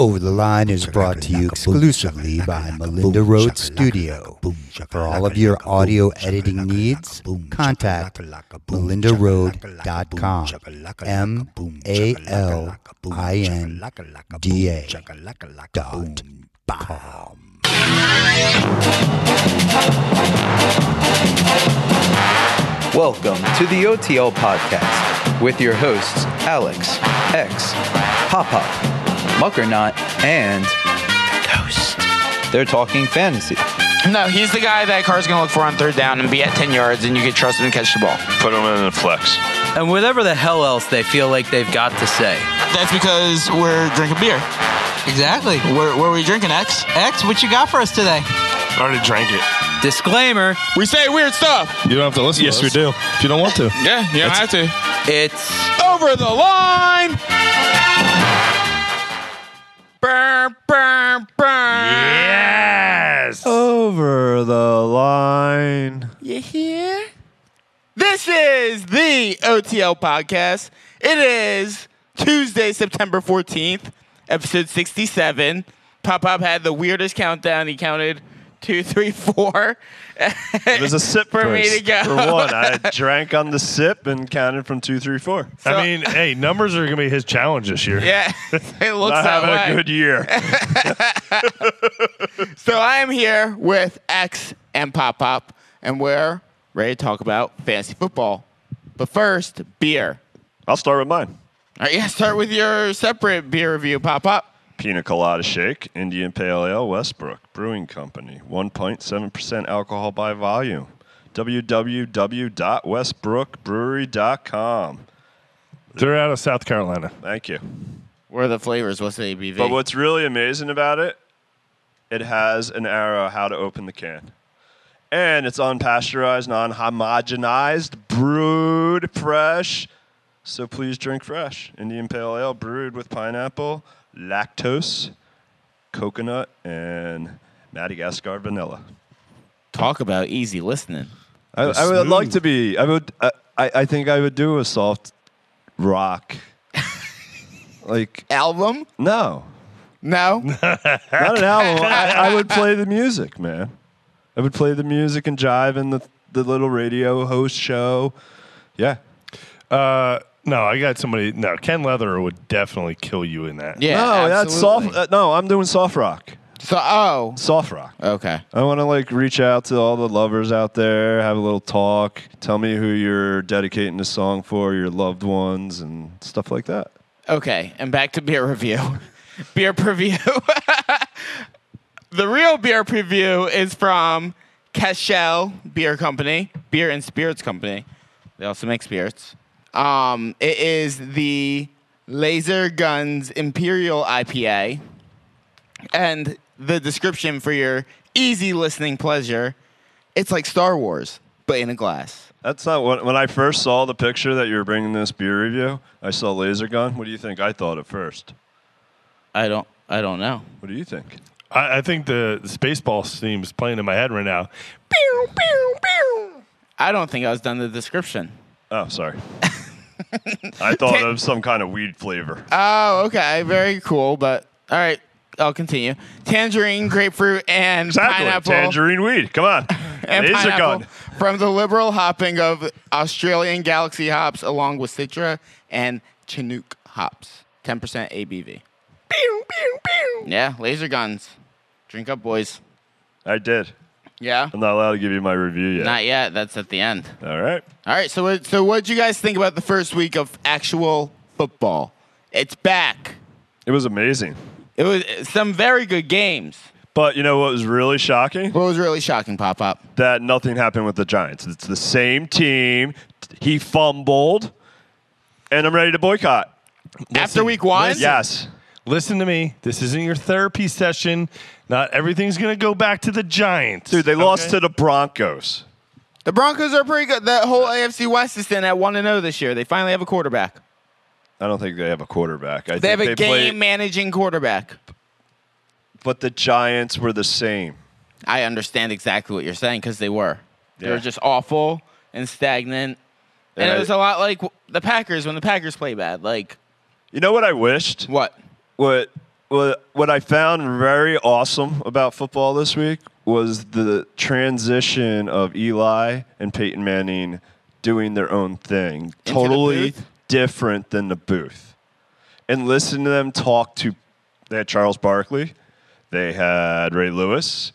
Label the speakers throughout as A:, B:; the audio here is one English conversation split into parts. A: Over the Line is brought to you exclusively by Melinda Road Studio. For all of your audio editing needs, contact melindaroad.com. M A L I N D A dot com.
B: Welcome to the OTL podcast with your hosts Alex, X, Pop Pop, Muckernot, and Ghost. They're talking fantasy.
C: No, he's the guy that car's gonna look for on third down and be at ten yards, and you can trust him to catch the ball.
D: Put them in a flex.
E: and whatever the hell else they feel like they've got to say.
C: That's because we're drinking beer.
F: Exactly. Where, where are we drinking, X? X, what you got for us today?
D: I already drank it.
E: Disclaimer,
C: We say weird stuff.
G: You don't have to listen.
D: Yes,
G: to
D: we
G: us. do. If you don't want to,
C: Yeah, you don't have to.
E: it's
C: Over the line. Burr, burr, burr.
D: Yes.
H: Over the line.
C: You hear? This is the OTL podcast. It is Tuesday, September 14th, episode 67. Pop Pop had the weirdest countdown. He counted two, three, four.
H: It was a sip
C: For me
H: first.
C: to go.
H: For one, I drank on the sip and counted from two, three, four.
C: So-
D: I mean, hey, numbers are gonna be his challenge this year.
C: Yeah, it looks
H: I
C: that
H: have
C: way.
H: a good year.
C: so I am here with X and Pop Pop, and we're ready to talk about fantasy football. But first, beer.
H: I'll start with mine.
C: All right, yeah, start with your separate beer review, Pop Pop.
H: Pina Colada Shake, Indian Pale Ale, Westbrook Brewing Company, 1.7% alcohol by volume. www.westbrookbrewery.com.
D: They're out of South Carolina.
H: Thank you.
C: What are the flavors? What's the ABV?
H: But what's really amazing about it, it has an arrow how to open the can. And it's unpasteurized, non homogenized, brewed fresh. So please drink fresh. Indian Pale Ale brewed with pineapple, lactose, coconut, and Madagascar vanilla.
C: Talk about easy listening.
H: I,
D: They're
H: I would like
D: smooth.
H: to be. I would. I, I I think I would do a soft rock. like
C: Album?
H: no,
C: No.
H: not an album. I, I would play the music, man. I would play the music and jive in the the little radio host show. Yeah,
D: Uh, no, I got somebody. No, Ken Leather would definitely kill you in that.
C: Yeah.
H: no, that's
C: absolutely.
H: soft. Uh, no, I'm doing soft rock.
C: So, oh,
H: Soft rock.
C: okay.
H: I want to like reach out to all the lovers out there, have a little talk. Tell me who you're dedicating the song for, your loved ones, and stuff like that.
C: Okay, and back to beer review. beer preview. the real beer preview is from Cashel Beer Company, Beer and Spirits Company. They also make spirits. Um, it is the Laser Guns Imperial IPA. And the description for your easy listening pleasure it's like Star Wars, but in a glass.
H: That's not what. When I first saw the picture that you were bringing this beer review, I saw laser gun. What do you think? I thought at first.
C: I don't, I don't know.
H: What do you think?
D: I, I think the, the Spaceballs theme's playing in my head right now.
C: I don't think I was done the description.
H: Oh, sorry. I thought of some kind of weed flavor.
C: Oh, okay. Very cool. But all right, I'll continue. Tangerine, grapefruit, and
H: Exactly.
C: pineapple.
H: Tangerine weed. Come on.
C: and
H: laser
C: pineapple
H: gun.
C: From the liberal hopping of Australian galaxy hops, along with Citra and Chinook hops. 10% ABV. Yeah, laser guns. Drink up, boys.
H: I did.
C: Yeah?
H: I'm not allowed to give you my review yet.
C: Not yet. That's at the end.
H: All right.
C: All right. So, what, so what did you guys think about the first week of actual football? It's back.
H: It was amazing.
C: It was some very good games.
H: But you know what was really shocking?
C: What was really shocking, Pop Up?
H: That nothing happened with the Giants. It's the same team. He fumbled, and I'm ready to boycott.
C: After week one?
H: Yes.
D: Listen to me. This isn't your therapy session. Not everything's gonna go back to the Giants,
H: Dude, they lost to the Broncos.
C: The Broncos are pretty good. That whole AFC West is in at 1 0 this year. They finally have a quarterback.
H: I don't think they have a quarterback. I
C: They have
H: think
C: a game
H: play-
C: managing quarterback.
H: but the Giants were the same.
C: I understand exactly what you're saying because they were. They were
H: Yeah.
C: just awful and stagnant. And
H: And
C: it
H: I-
C: was a lot like w- the Packers when the Packers play bad. Like,
H: You know what I wished?
C: what?
H: What what what I found very awesome about football this week was the transition of Eli and Peyton Manning doing their own thing,
C: the
H: totally
C: booth?
H: different than the booth. And listen to them talk to they had Charles Barkley, they had Ray Lewis,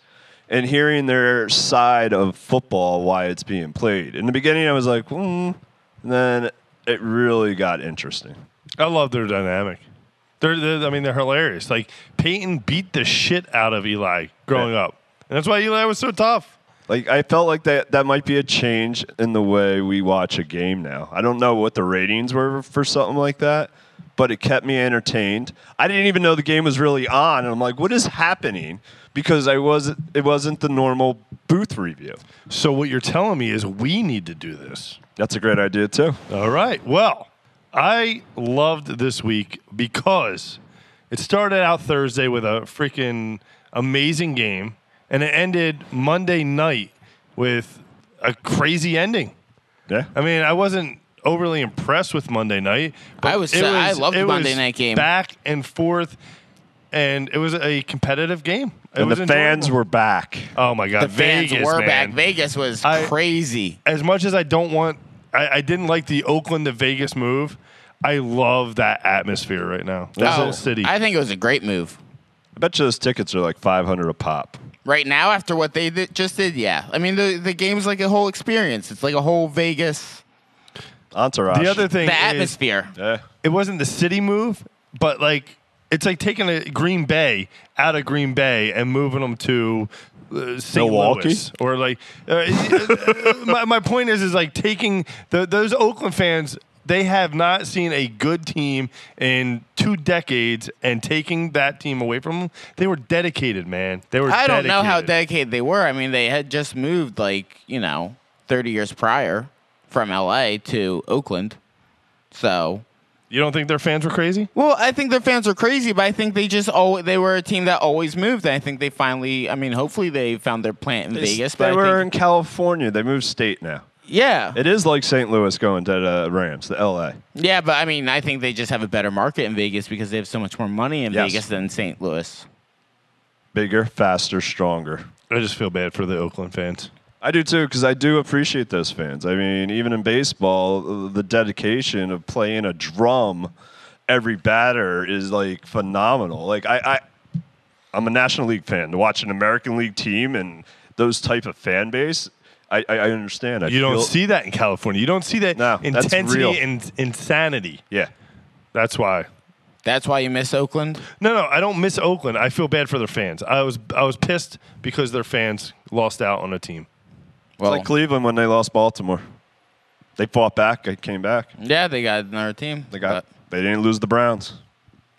H: and hearing their side of football why it's being played. In the beginning, I was like, hmm, and then it really got interesting.
D: I love their dynamic. They're, they're I mean, they're hilarious. Like Peyton beat the shit out of Eli growing
H: Yeah.
D: up, and that's why Eli was so tough.
H: Like I felt like that that might be a change in the way we watch a game now. I don't know what the ratings were for something like that, but it kept me entertained. I didn't even know the game was really on, and I'm like, what is happening? Because I was it wasn't the normal booth review.
D: So what you're telling me is we need to do this.
H: That's a great idea too.
D: All right. Well, I loved this week because it started out Thursday with a freaking amazing game, and it ended Monday night with a crazy ending.
H: Yeah.
D: I mean, I wasn't overly impressed with Monday night.
C: I was- I loved
D: it
C: Monday
D: was
C: night game.
D: Back and forth, and it was a competitive game. It
H: And
D: was
H: the fans
D: enjoyable.
H: were back.
D: Oh my god,
C: The fans
D: Vegas,
C: were
D: man.
C: back. Vegas was
D: I-
C: crazy.
D: As much as I don't want, I, I didn't like the Oakland to Vegas move. I love that atmosphere right now. That
C: Oh,
D: whole city.
C: I think it was a great move.
H: I bet you those tickets are like 500 a pop.
C: Right now, after what they did, just did, yeah. I mean, the the game's like a whole experience. It's like a whole Vegas.
H: Entourage.
D: the other thing,
C: The
D: is,
C: atmosphere.
H: Yeah.
D: it wasn't the city move, but like it's like taking a Green Bay out of Green Bay and moving them to uh, St.
H: Milwaukee?
D: Louis or like uh, my my point is is like taking the, those Oakland fans. They have not seen a good team in two decades, and taking that team away from them, they were dedicated, man. They were.
C: I don't know how
D: dedicated.
C: dedicated they were. I mean, they had just moved like you know thirty years prior from L.A. to Oakland, so.
D: You don't think their fans were crazy?
C: Well, I think their fans are crazy, but I think they just always, they were a team that always moved. And I think they finally, I mean, hopefully they found their plant in Vegas.
H: They
C: but I
H: were in
C: think,
H: California. They moved state now.
C: yeah,
H: It is like St. Louis going to the Rams, the LA.
C: yeah, but I mean, I think they just have a better market in Vegas because they have so much more money in
H: Yes.
C: Vegas than St. Louis.
H: Bigger, faster, stronger.
D: I just feel bad for the Oakland fans.
H: I do too, because I do appreciate those fans. I mean, even in baseball, the dedication of playing a drum every batter is like phenomenal. Like I, I I'm a National League fan. To watch an American League team and those type of fan base, I, I, I understand. I
D: You don't
H: feel-
D: see that in California. You don't see that
H: No, that's
D: intensity
H: real.
D: and insanity.
H: Yeah.
D: That's why.
C: That's why you miss Oakland.
D: No, no, I don't miss Oakland. I feel bad for their fans. I was I was pissed because their fans lost out on a team.
C: Well,
H: Like Cleveland when they lost Baltimore. They fought back, they came back.
C: yeah, they got another team.
H: They got they didn't lose the Browns.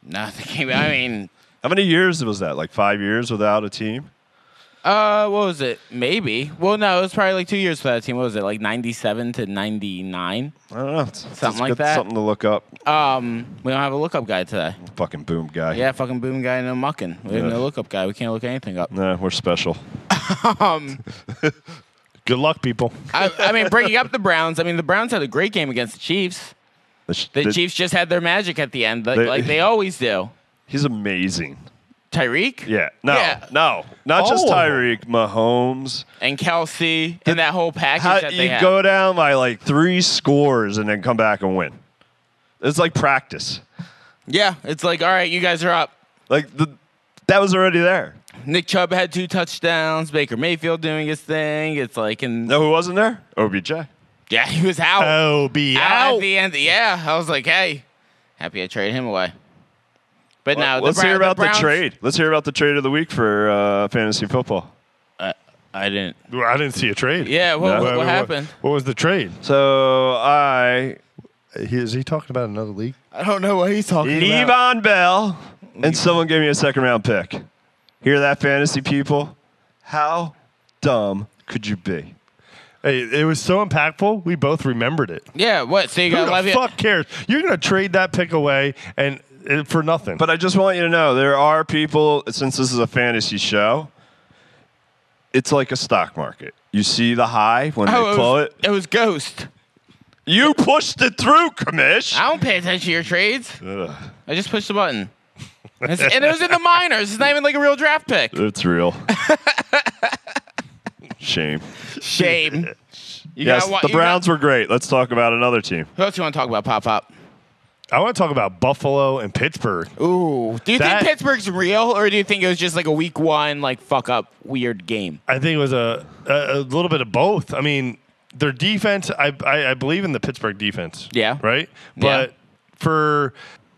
C: but, no. They came, I mean,
H: How many years was that? Like five years without a team?
C: uh, what was it? Maybe. Well, no, it was probably like two years for that team. What was it? Like ninety-seven to ninety-nine.
H: I don't know. It's- it's
C: Something like
H: good-
C: that.
H: Something to look up.
C: Um, we don't have a lookup guy today.
H: Fucking boom guy.
C: Yeah, fucking boom guy, no mucking. We have
H: Yeah.
C: no lookup guy. We can't look anything up.
H: No, we're special.
D: Good luck, people.
C: I, I mean, bringing up the Browns. I mean, the Browns had a great game against the Chiefs.
H: The, sh-
C: The,
H: the-
C: Chiefs just had their magic at the end, like
H: They-
C: they, like they always do.
H: He's amazing.
C: Tyreek,
H: Yeah. No.
C: Yeah. Oh.
H: No. Not just
D: All of
H: Tyreek, Mahomes.
C: and Kelsey, and that whole package
H: How,
C: that they
H: you
C: had.
H: go down by like three scores and then come back and win. It's like practice.
C: yeah, it's like all right, you guys are up.
H: Like the that was already there.
C: Nick Chubb had two touchdowns. Baker Mayfield doing his thing. It's like, and
H: No, who wasn't there? OBJ.
C: yeah, he was out.
D: Oh, be
C: out
D: out.
C: at the end. Yeah, I was like, hey, happy I traded him away. But now
H: Let's
C: the Brown-
H: hear about the,
C: Browns-
H: trade. Let's hear about the trade of the week for uh, fantasy football.
C: I didn't.
D: Well, I didn't see a trade.
C: Yeah, what,
H: No.
C: what,
D: Wait,
C: what
D: wait,
C: happened?
D: What, was the trade?
H: So I
D: Is he talking about another league?
C: I don't know what he's talking
H: Levon Bell, and someone gave me a second round pick. Hear that, fantasy people? How dumb could you be?
D: Hey, it was so impactful. We both remembered it.
C: Yeah, what? So you got
D: Who the
C: Le'Veon?
D: fuck cares? You're gonna trade that pick away and uh, for nothing.
H: But I just want you to know there are people, since this is a fantasy show, it's like a stock market. You see the high when
C: Oh,
H: they
C: it,
H: pull
C: was,
H: it.
C: it was Ghost.
H: You pushed it through, Commish.
C: Ah. I don't pay attention to your trades. I just pushed the button. It's- and it was in the minors. It's not even like a real draft pick.
H: It's real. Shame.
C: Shame. You
H: yes,
C: gotta wa-
H: the
C: you gotta-
H: Browns were great. Let's talk about another team.
C: Who else you want to talk about? Pop up.
D: I want to talk about Buffalo and Pittsburgh.
C: Ooh, do you
D: That-
C: think Pittsburgh's real, or do you think it was just like a week one, like fuck up, weird game?
D: I think it was a, a, a little bit of both. I mean, their defense, I, I, I believe in the Pittsburgh defense.
C: Yeah.
D: Right?
C: Yeah.
D: But for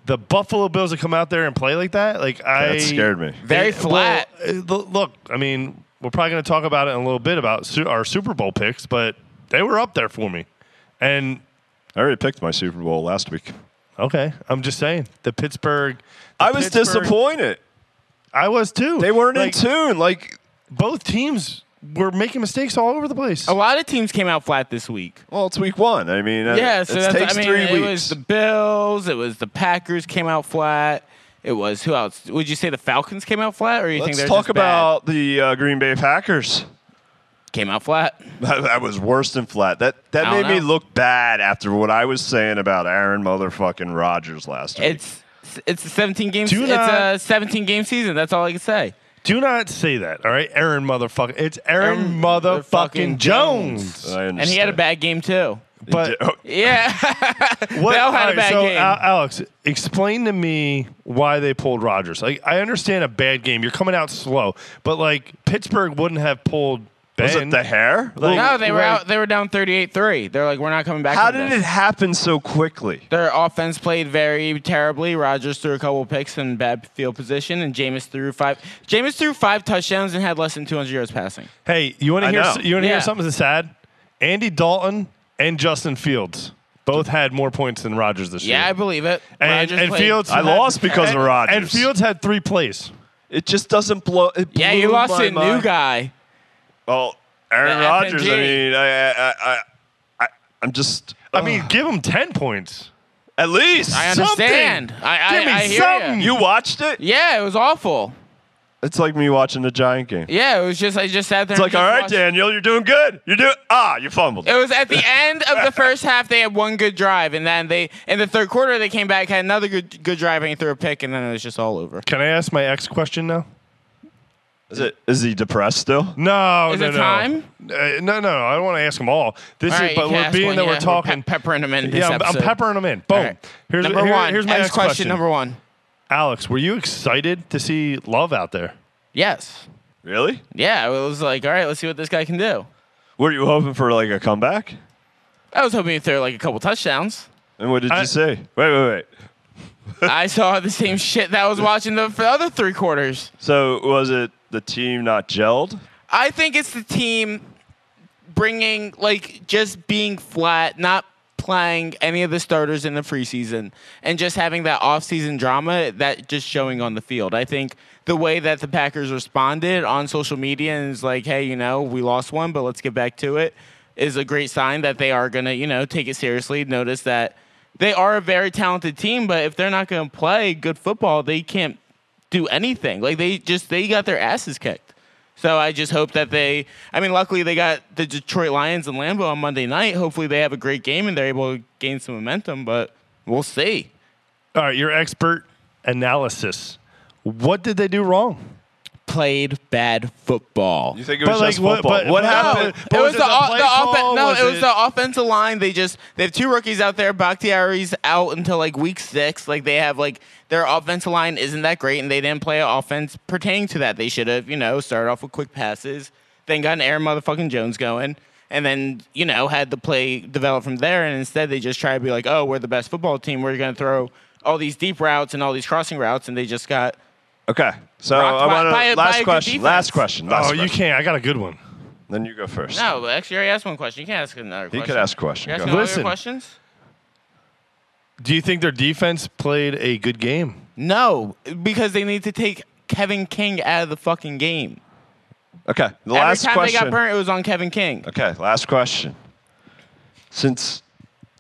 D: the Buffalo Bills to come out there and play like that, like I.
H: That scared me.
C: Very
D: Well,
C: flat.
D: uh, lo- look, I mean, we're probably going to talk about it in a little bit about su- our Super Bowl picks, but they were up there for me. And
H: I already picked my Super Bowl last week.
D: okay, I'm just saying the Pittsburgh. the
H: I was
D: Pittsburgh-
H: disappointed.
D: I was too.
H: They weren't
D: Like,
H: in tune. Like,
D: Both teams were making mistakes all over the place.
C: a lot of teams came out flat this week.
H: well, it's week one. I mean, uh,
C: Yeah, so
H: it
C: that's,
H: takes
C: I mean,
H: three
C: it
H: weeks.
C: was the Bills. It was the Packers came out flat. It was who else? Would you say the Falcons came out flat, or you think
H: Let's
C: they're
H: talk
C: just bad?
H: about the uh, Green Bay Packers.
C: came out flat?
H: That, that was worse than flat. That that
C: I don't
H: made me
C: know.
H: look bad after what I was saying about Aaron motherfucking Rodgers last week.
C: It's it's a 17 game.
D: Do
C: it's a
D: not-
C: 17 game season. That's all I can say.
D: Do not say that, all right? Aaron motherfucker. It's Aaron,
C: Aaron
D: motherfucking
C: motherfucking
D: Jones.
H: I understand.
C: And he had a bad game too.
D: But
H: Oh,
C: Yeah,
D: what,
C: Bell had a
D: all right,
C: bad
D: so
C: game.
D: Al- Alex, explain to me why they pulled Rodgers. Like I understand a bad game. You're coming out slow, but like Pittsburgh wouldn't have pulled Ben.
H: was it the hair?
D: Like,
C: no, they were
D: like,
C: out. They were down 38-3. They're like, we're not coming back.
H: How
C: from
H: did
C: this.
H: it happen so quickly?
C: Their offense played very terribly. Rogers threw a couple picks in bad field position, and Jameis threw five. Jameis threw five touchdowns and had less than 200 yards passing.
D: Hey, you want to
H: I
D: hear
H: know.
D: s- you want to
C: Yeah.
D: hear something that's sad? Andy Dalton and Justin Fields both had more points than Rodgers this
C: Yeah, I
D: year.
C: believe it.
D: and,
C: Rodgers
D: and
C: played-
D: Fields,
H: I
D: had-
H: lost because
D: and-
H: of Rodgers.
D: And Fields had three plays.
H: It just doesn't blow. It
C: Yeah, you
H: blew
C: lost
H: my
C: a new
H: mind.
C: guy.
H: Well, Aaron
C: The
H: Rodgers. I
C: FNG.
H: mean, I, I, I, I, I'm just.
D: I mean, give him ten points.
H: at least
C: I
H: some-
C: understand. I, I,
D: Give me
C: I hear
D: something.
C: ya.
H: you watched it.
C: Yeah, it was awful.
H: It's like me watching the Giant game.
C: Yeah, it was just I just sat there.
H: It's
C: and
H: like,
C: just
H: all right,
C: watched-
H: Daniel, you're doing good. You're doing ah, you fumbled.
C: It was at the end of the first half. They had one good drive, and then they in the third quarter they came back, had another good good drive, and he threw a pick, and then it was just all over.
D: Can I ask my ex question now?
H: Is it? Is he depressed still?
D: No,
C: Is
D: no,
C: it
D: no.
C: time?
D: Uh, no, no, no. I don't want to ask them all. This
C: All right,
D: is,
C: you
D: but
C: can
D: we're
C: ask
D: being
C: one,
D: that
C: yeah,
D: we're talking.
C: pe- peppering them in. This
D: yeah, I'm, I'm
C: episode.
D: peppering them in. Boom.
C: All right.
D: Here's
C: number
D: here-
C: one.
D: Here's my
C: Next
D: next
C: question,
D: question.
C: Number one.
D: Alex, were you excited to see Love out there?
C: Yes.
H: Really?
C: Yeah. It was like, all right, let's see what this guy can do.
H: Were you hoping for like a comeback?
C: I was hoping he'd throw like a couple touchdowns.
H: And what did
D: I-
H: you say? Wait, wait, wait.
C: I saw the same shit that I was watching the, the other three quarters.
H: So was it the team not gelled?
C: I think it's the team bringing like just being flat, not playing any of the starters in the preseason, and just having that off-season drama that just showing on the field. I think the way that the Packers responded on social media and is like, hey, you know, we lost one, but let's get back to it, is a great sign that they are gonna, you know, take it seriously. Notice that they are a very talented team, but if they're not gonna play good football, they can't do anything. Like they just they got their asses kicked. So I just hope that they. I mean, luckily they got the Detroit Lions and Lambeau on Monday night. Hopefully they have a great game and they're able to gain some momentum. But we'll see.
D: All right, your expert analysis. What did they do wrong?
C: Played bad football.
H: You think it was
D: But,
H: just
D: like, what-
H: football?
D: but-
H: what
D: but-
H: happened?
D: But
C: It was,
D: was it
C: the,
D: the
C: o-
D: play
C: the
D: call?
C: offen- No,
D: Was
C: it was
D: it-
C: the offensive line. They just they have two rookies out there. Bakhtiari's out until like week six. Like they have like their offensive line isn't that great, and they didn't play offense pertaining to that. They should have you know started off with quick passes, then got an Aaron motherfucking Jones going, and then you know had the play develop from there. And instead they just try to be like, oh, we're the best football team. We're gonna throw all these deep routes and all these crossing routes, and they just got
H: Okay. So
C: Rocked
H: I
C: by-
H: want
C: by a-
H: to
C: by a
H: last
C: good
H: question.
C: defense.
H: Last question. Last
D: oh,
H: question.
D: you can't. I got a good one.
H: Then you go first.
C: no. but Actually, I already asked one question. You can't ask another.
H: He
C: question.
H: could ask a question.
C: You
H: Go
C: asking
H: ahead.
C: all your
D: Listen.
C: questions.
D: Do you think their defense played a good game?
C: No, because they need to take Kevin King out of the fucking game.
H: Okay.
C: Every
H: The last
C: time
H: question.
C: they got burnt, it was on Kevin King.
H: Okay, last question. Since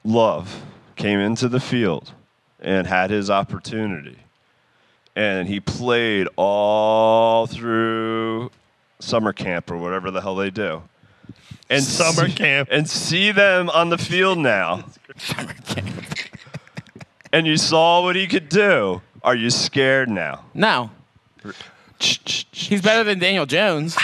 H: Love came into the field and had his opportunity, and he played all through summer camp or whatever the hell they do, and
D: Summer
H: see-
D: camp.
H: and see them on the field now, and you saw what he could do. Are you scared now?
C: No. He's better than Daniel Jones.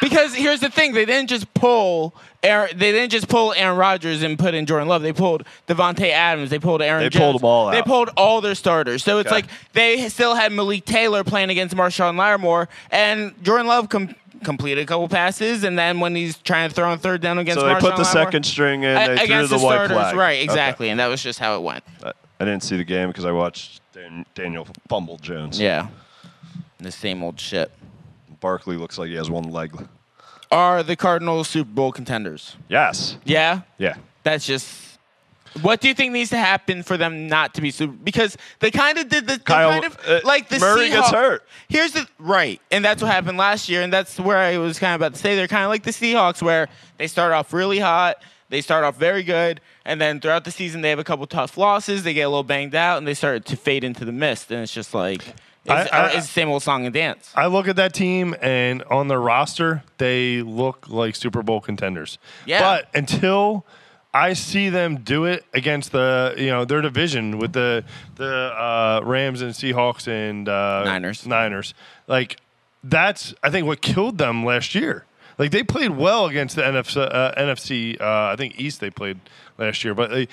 C: Because here's the thing, they didn't just pull Aaron, they didn't just pull Aaron Rodgers and put in Jordan Love. They pulled Devontae Adams. They pulled Aaron
H: They
C: Jones.
H: pulled them all
C: They
H: out.
C: pulled all their starters. So it's
H: Okay.
C: like they still had Malik Taylor playing against Marshawn Lattimore and Jordan Love com- completed a couple passes and then when he's trying to throw on third down against
H: So they
C: Marshawn
H: put the
C: Lattimore-
H: second string in.
C: A-
H: They threw
C: against
H: the,
C: the
H: white
C: starters,
H: flag.
C: right?
H: Okay.
C: Exactly, and that was just how it went.
H: I didn't see the game because I watched Dan- Daniel Fumble Jones.
C: Yeah, the same old shit.
H: Barkley looks like he has one leg.
C: Are the Cardinals Super Bowl contenders?
H: Yes.
C: Yeah,
H: Yeah.
C: that's just. What do you think needs to happen for them not to be super? Because they kind of did the they
H: Kyle,
C: kind of
H: uh,
C: like the
H: Murray gets
C: Seahawks-
H: hurt.
C: Here's the right, and that's what happened last year, and that's where I was kind of about to say they're kind of like the Seahawks, where they start off really hot, they start off very good, and then throughout the season they have a couple tough losses, they get a little banged out, and they start to fade into the mist, and it's just like it's,
D: I- I-
C: it's the same old song and dance.
D: I look at that team and on their roster, they look like Super Bowl contenders.
C: Yeah.
D: But until I see them do it against the you know their division with the the uh, Rams and Seahawks and uh,
C: Niners.
D: Niners, like that's I think what killed them last year. Like they played well against the NFC, uh, NFC uh, I think East they played last year, but they,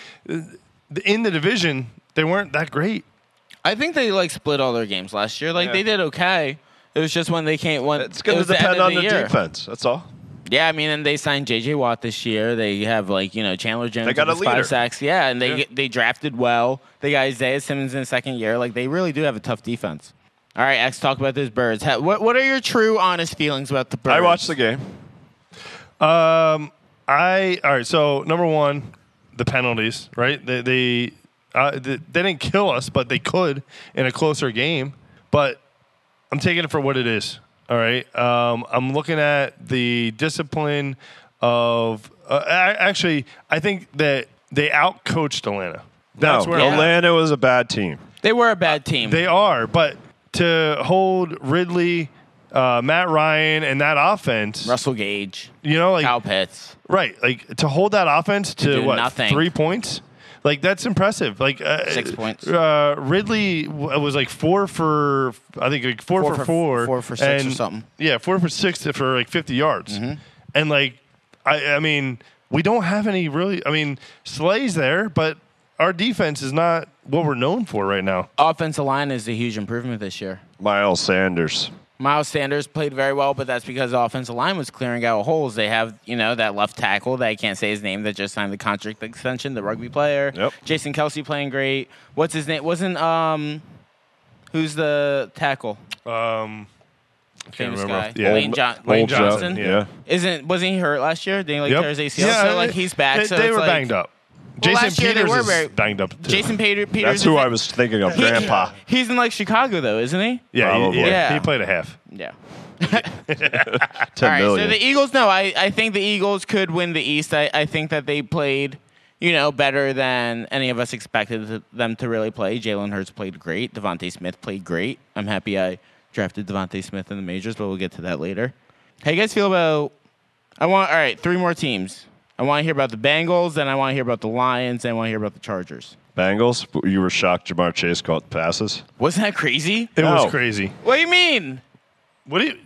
D: in the division they weren't that great.
C: I think they like split all their games last year. Like
H: Yeah.
C: they did okay. It was just when they can't. When
H: It's going
C: it
H: to
C: was the end
H: depend
C: of
H: on the,
C: year.
H: defense. That's all.
C: Yeah, I mean, and they signed J.J. Watt this year. They have like you know Chandler Jones.
H: got
C: with
H: a
C: his five
H: leader.
C: sacks. Yeah, and they they drafted well. They got Isaiah Simmons in the second year. Like they really do have a tough defense. All right, X, talk about those birds. Ha- What what are your true, honest feelings about the birds?
H: I watched the game.
D: Um, I all right. So number one, the penalties, right? They they, uh, they they didn't kill us, but they could in a closer game. But I'm taking it for what it is. All right. Um, I'm looking at the discipline of. Uh, I, actually, I think that they outcoached Atlanta. That's
H: no,
D: where I'm at.
H: Atlanta was a bad team.
C: They were a bad team.
D: They are, but to hold Ridley, uh, Matt Ryan, and that offense,
C: Russell Gage,
D: you know, like
C: Kyle Pitts.
D: Right, like to hold that offense to,
C: do
D: what
C: nothing.
D: three points, like that's impressive. Like uh,
C: Six points.
D: Uh, Ridley w- was like four for, I think like four,
C: Four
D: for
C: for-
D: four,
C: four for six or
D: and-
C: something. Mm-hmm.
D: Yeah, four for six for like fifty yards, and like I, I mean, we don't have any really. I mean, Slay's there, but our defense is not what we're known for right now.
C: Offensive line is a huge improvement this year.
H: Miles Sanders.
C: Miles Sanders played very well, but that's because the offensive line was clearing out holes. They have, you know, that left tackle that I can't say his name that just signed the contract extension, the rugby player.
H: Yep.
C: Jason Kelsey playing great. What's his name? Wasn't um, who's the tackle?
D: Um,
C: Famous
D: remember
C: guy.
D: off- yeah.
C: Lane,
H: Old-
C: John-
H: old
C: Lane Johnson.
H: Johnson, yeah.
C: Isn't wasn't he hurt last year? Didn't he, like
D: yep.
C: tear his ACL. so like he's back.
D: They,
C: so
D: they
C: it's
D: were
C: like-
D: banged up.
C: Well,
D: Jason
C: last year they
D: Peters
C: were
D: is
C: very-
D: banged up. Too.
C: Jason Peter, Peters.
H: That's who
C: is-
H: I was thinking of, Grandpa.
C: He's in like Chicago though, isn't he?
D: yeah, he-
H: Probably.
D: yeah,
C: Yeah.
D: he played a half.
C: Yeah.
H: Ten
C: All right,
H: million.
C: so the E- Eagles, no, I, I think the Eagles could win the East. I, I think that they played, you know, better than any of us expected th- them to really play. Jalen Hurts played great. Devontae Smith played great. I'm happy I drafted Devontae Smith in the majors, but we'll get to that later. How you guys feel about? I want all right, three more teams. I want to hear about the Bengals, then I want to hear about the Lions, then I want to hear about the Chargers.
H: Bengals. You were shocked Jamar Chase caught passes.
C: Wasn't that crazy?
D: It
H: No.
D: was crazy.
C: What do you mean?
D: What? Do you,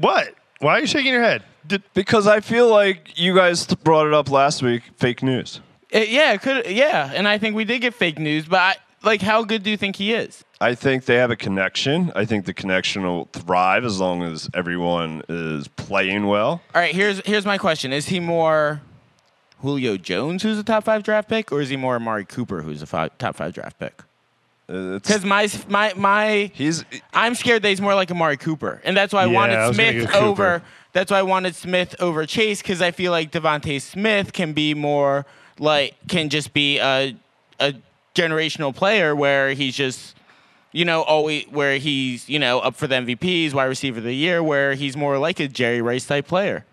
D: what? Why are you shaking your head? Did,
H: Because I feel like you guys brought it up last week. Fake news.
C: It, yeah, it could yeah, and I think we did get fake news, but I, like, how good do you think he is?
H: I think they have a connection. I think the connection will thrive as long as everyone is playing well.
C: All right, here's here's my question: Is he more Julio Jones, who's a top five draft pick, or is he more Amari Cooper, who's a fi- top five draft pick?
H: Uh, It's,
C: Because my my my,
H: he's
C: I'm scared that he's more like Amari Cooper, and that's why I
D: Yeah,
C: wanted
D: I was gonna
C: Smith
D: go Cooper.
C: over. That's why I wanted Smith over Chase because I feel like Devonte Smith can be more like can just be a a generational player where he's just you know, always where he's, you know, up for the MVPs, wide receiver of the year, where he's more like a Jerry Rice type player.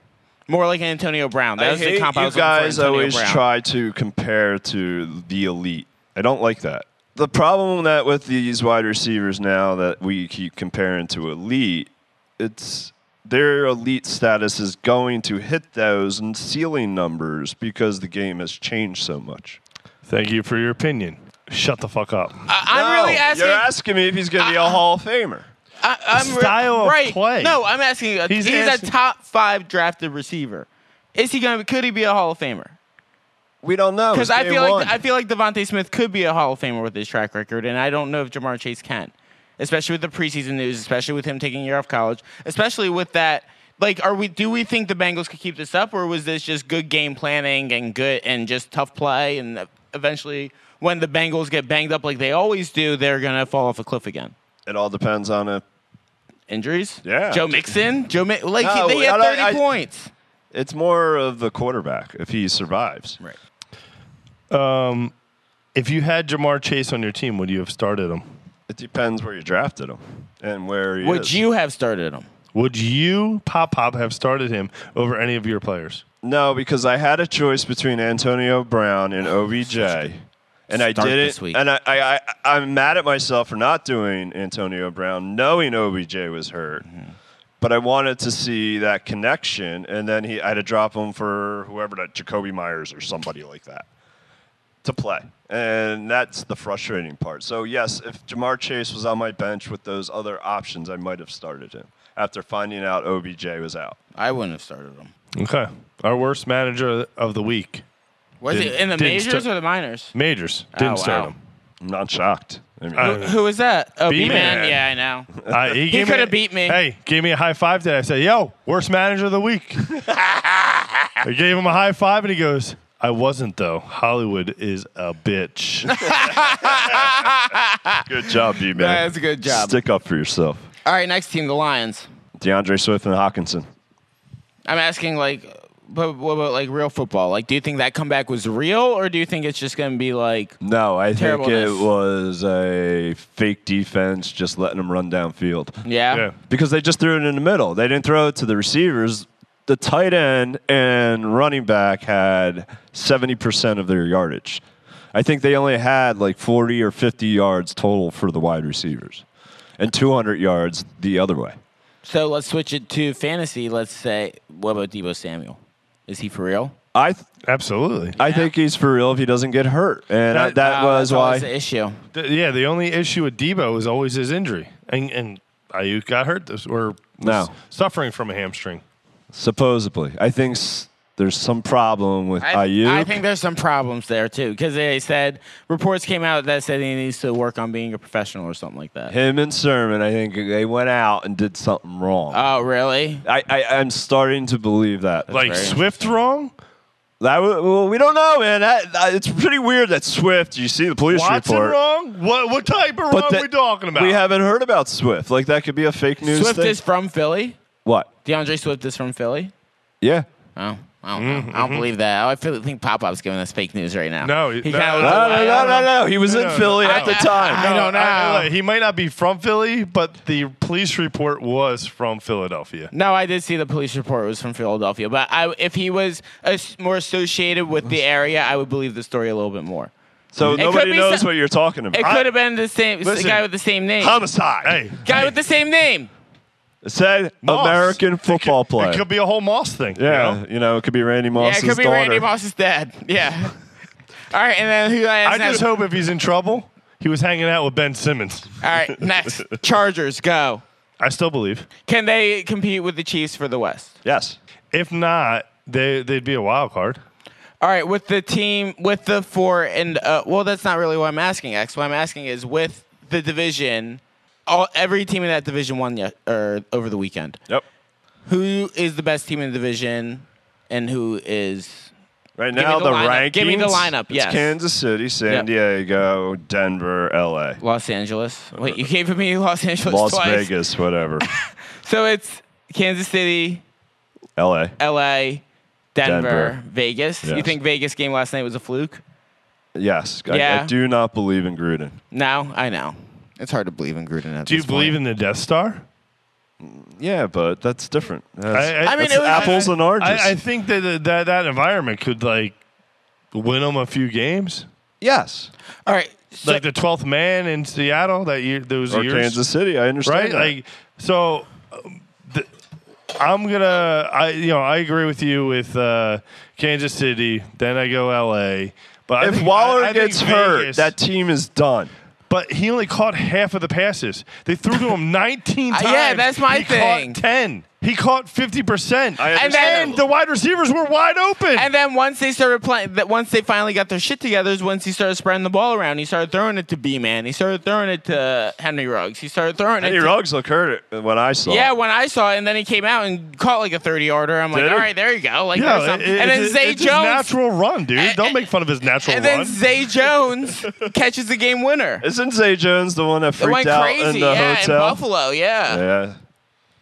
C: More like an Antonio Brown. That
H: I
C: was
H: hate
C: the comp I
H: you
C: was looking for,
H: guys
C: Antonio
H: always
C: Brown.
H: try to compare to the elite. I don't like that. The problem that with these wide receivers now that we keep comparing to elite, it's their elite status is going to hit those and ceiling numbers because the game has changed so much.
D: thank you for your opinion. Shut the fuck up.
C: I, am
H: No,
C: really asking.
H: You're asking me if he's going to be a Hall of Famer.
C: I, I'm re-
D: style of
C: right.
D: play.
C: No, I'm asking. you.
D: He's
C: He's,
D: asking-
C: a top five drafted receiver. Is he gonna? Could he be a Hall of Famer?
D: Oh,
H: We don't know.
C: Because
H: It's
C: I
H: day
C: feel
H: one.
C: like I feel like Devontae Smith could be a Hall of Famer with his track record, and I don't know if Jamar Chase can, especially with the preseason news, especially with him taking a year off college, especially with that. Like, are we? Do we think the Bengals could keep this up, or was this just good game planning and good and just tough play? And eventually, when the Bengals get banged up like they always do, they're gonna fall off a cliff again.
H: it all depends on it.
C: Injuries?
H: Yeah.
C: Joe Mixon, Joe, Mi- like
H: No,
C: they had
H: I-
C: thirty
H: I-
C: points.
H: It's more of the quarterback if he survives.
C: Right.
D: If you had Jamar Chase on your team, would you have started him?
H: It depends where you drafted him and where he
C: Would
H: is.
C: you have started him?
D: Would you, Pop Pop, have started him over any of your players?
H: No, because I had a choice between Antonio Brown and OBJ, and I
C: Start
H: didn't.
C: this week.
H: And I, I, I, I'm mad at myself for not doing Antonio Brown, knowing OBJ was hurt.
C: Mm-hmm.
H: But I wanted to see that connection, and then he, I had to drop him for whoever that Jacoby Myers or somebody like that to play, and that's the frustrating part. So yes, if Jamar Chase was on my bench with those other options, I might have started him after finding out OBJ was out.
C: I wouldn't have started him.
D: Okay. Our worst manager of the week.
C: Was
D: Didn't-
C: it in the
D: didn't
C: majors
D: start-
C: or the minors?
D: Majors. Didn't
C: Oh,
D: start
C: wow.
D: him.
H: I'm not shocked. I mean,
D: I-
C: Who is that? Oh,
D: B-Man.
C: B-Man. Yeah, I know.
D: I- he gave me
C: coulda
D: a-
C: beat me.
D: Hey, gave me a high five today. I said, "Yo, worst manager of the week." I gave him a high five, and he goes, "I wasn't though. Hollywood is a bitch."
H: Good job, B man.
C: That's a good job.
H: Stick up for yourself.
C: All right, next team, the Lions.
H: DeAndre Swift and Hawkinson.
C: I'm asking like, but what about like real football? Like, do you think that comeback was real, or do you think it's just gonna be like?
H: No, I think it
C: Terribleness.
H: was a fake defense just letting them run downfield.
C: Yeah.
D: yeah.
H: Because they just threw it in the middle. They didn't throw it to the receivers. The tight end and running back had 70% of their yardage. I think they only had like 40 or 50 yards total for the wide receivers and 200 yards the other way.
C: So let's switch it to fantasy. Let's say, what about Debo Samuel? Is he for real?
H: I th-
D: Absolutely.
H: I think he's for real if he doesn't get hurt. And I-
D: That-
H: that,
C: Wow,
H: was
C: that's always
H: why.
C: the issue.
D: Th- yeah. The only issue with Debo is always his injury, and and Ayuk got hurt this or
H: No.
D: was suffering from a hamstring.
H: Supposedly, I think s- there's some problem with
C: I,
H: IU.
C: I think there's some problems there too, because they said reports came out that said he needs to work on being a professional or something like that.
H: him and Sermon. I think they went out and did something wrong.
C: Oh, really?
H: I, I I'm starting to believe that.
D: Like
C: very
D: Swift wrong.
H: that, wa- well, we don't know, man. That, that- it's pretty weird that Swift. You see the police
D: Watson
H: report.
D: wrong. What what type of wrong
H: that-
D: we talking about?
H: We haven't heard about Swift. Like that could be a fake news
C: Swift
H: thing.
C: is from Philly.
H: what?
C: DeAndre Swift is from Philly.
H: Yeah.
C: Oh, I don't,
H: Mm-hmm,
C: know. I don't believe that. I feel, think Pop Pop's giving us fake news right now.
D: No,
C: he
D: he-
C: kinda
D: no.
C: looks
H: No,
C: like-
H: no, no, no, no. He was in
D: no,
H: Philly
D: no.
H: at the
D: I-
H: time.
C: I don't know.
D: look, he might not be from Philly, but the police report was from Philadelphia.
C: No, I did see the police report was from Philadelphia, but I, if he was as- more associated with the area, I would believe the story a little bit more.
H: So
C: could
H: nobody
C: be
H: knows
C: some-
H: what you're talking about.
C: It could have been the same the
D: Listen.
C: guy with the same name.
H: Homicide.
D: Hey,
C: guy with the same name.
H: It said
D: Moss.
H: American
D: It could-
H: football player.
D: It could be a whole Moss thing.
H: yeah,
D: you know?
H: you know? it could be Randy
C: Yeah,
H: Moss's
C: it could be
H: daughter.
C: Randy Moss's dad. Yeah. All right, and then who I,
D: I just hope if he's in trouble, he was hanging out with Ben Simmons.
C: All right, next Chargers go.
D: I still believe.
C: Can they compete with the Chiefs for the West?
H: Yes.
D: If not, they they'd be a wild card.
C: All right, with the team, with the four, and uh, well, that's not really what I'm asking. X, what I'm asking is with the division, all every team in that division won yet or over the weekend.
H: Yep.
C: Who is the best team in the division, and who is?
H: Right
C: me
H: now,
C: the
H: the,
C: lineup.
H: rankings.
C: Give me the lineup, yes.
H: It's Kansas City,
C: Yep.
H: San Diego, Denver, LA,
C: Los Angeles. Wait, you gave me Los Angeles
H: Uh, Las
C: twice.
H: Vegas, whatever.
C: So it's Kansas City,
H: LA.
C: L.A., Denver,
H: Denver.
C: Vegas. You
H: Yes.
C: think Vegas game last night was a fluke?
H: Yes. I- I,
C: Yeah.
H: do not believe in Gruden.
C: No, I know. It's hard to believe in Gruden. At
D: Do you
C: this
D: believe
C: point.
D: in the Death Star?
H: Yeah, but that's different. That's-
D: I- I- I mean,
H: that's
C: it was-
H: apples and oranges.
D: I, I think that that that environment could like win them a few games.
H: yes.
C: All right. So,
D: like the twelfth man in Seattle that year, those
H: Or
D: years,
H: Kansas City. I
D: right?
H: understand. that.
D: Like so, um, th- I'm gonna, I you know, I agree with you with uh, Kansas City. Then I go L.A. But I
H: if
D: think-
H: Waller
D: I- I think
H: gets hurt,
D: Vegas-
H: that team is done.
D: But he only caught half of the passes. They threw to him 19
C: Uh,
D: times.
C: yeah, that's my
D: he
C: thing.
D: Caught 10. He caught 50%.
H: I
D: and
C: understand.
D: then the wide receivers were wide open.
C: And then once they started playing, that once they finally got their shit together, is once he started spreading the ball around. He started throwing it to B man. He started throwing it to Henry Ruggs. He started throwing
H: Henry
C: it. to-
H: Ruggs looked hurt uh, when I saw.
C: Yeah,
H: it.
C: when I saw it, and then he came out and caught like a thirty yarder. I'm like,
H: Did
C: all
H: he?
C: right, there you go. Like,
D: yeah,
C: there's something.
D: it-
C: and then
D: it's-
C: Zay
D: it's his
C: Jones.
D: natural run, dude. Don't make fun of his natural
C: And then
D: run.
C: Zay Jones catches the game winner.
H: Isn't Zay Jones the one that
C: It went
H: freaked out
C: crazy,
H: in the
C: yeah, in
H: hotel?
C: Buffalo, yeah.
H: yeah.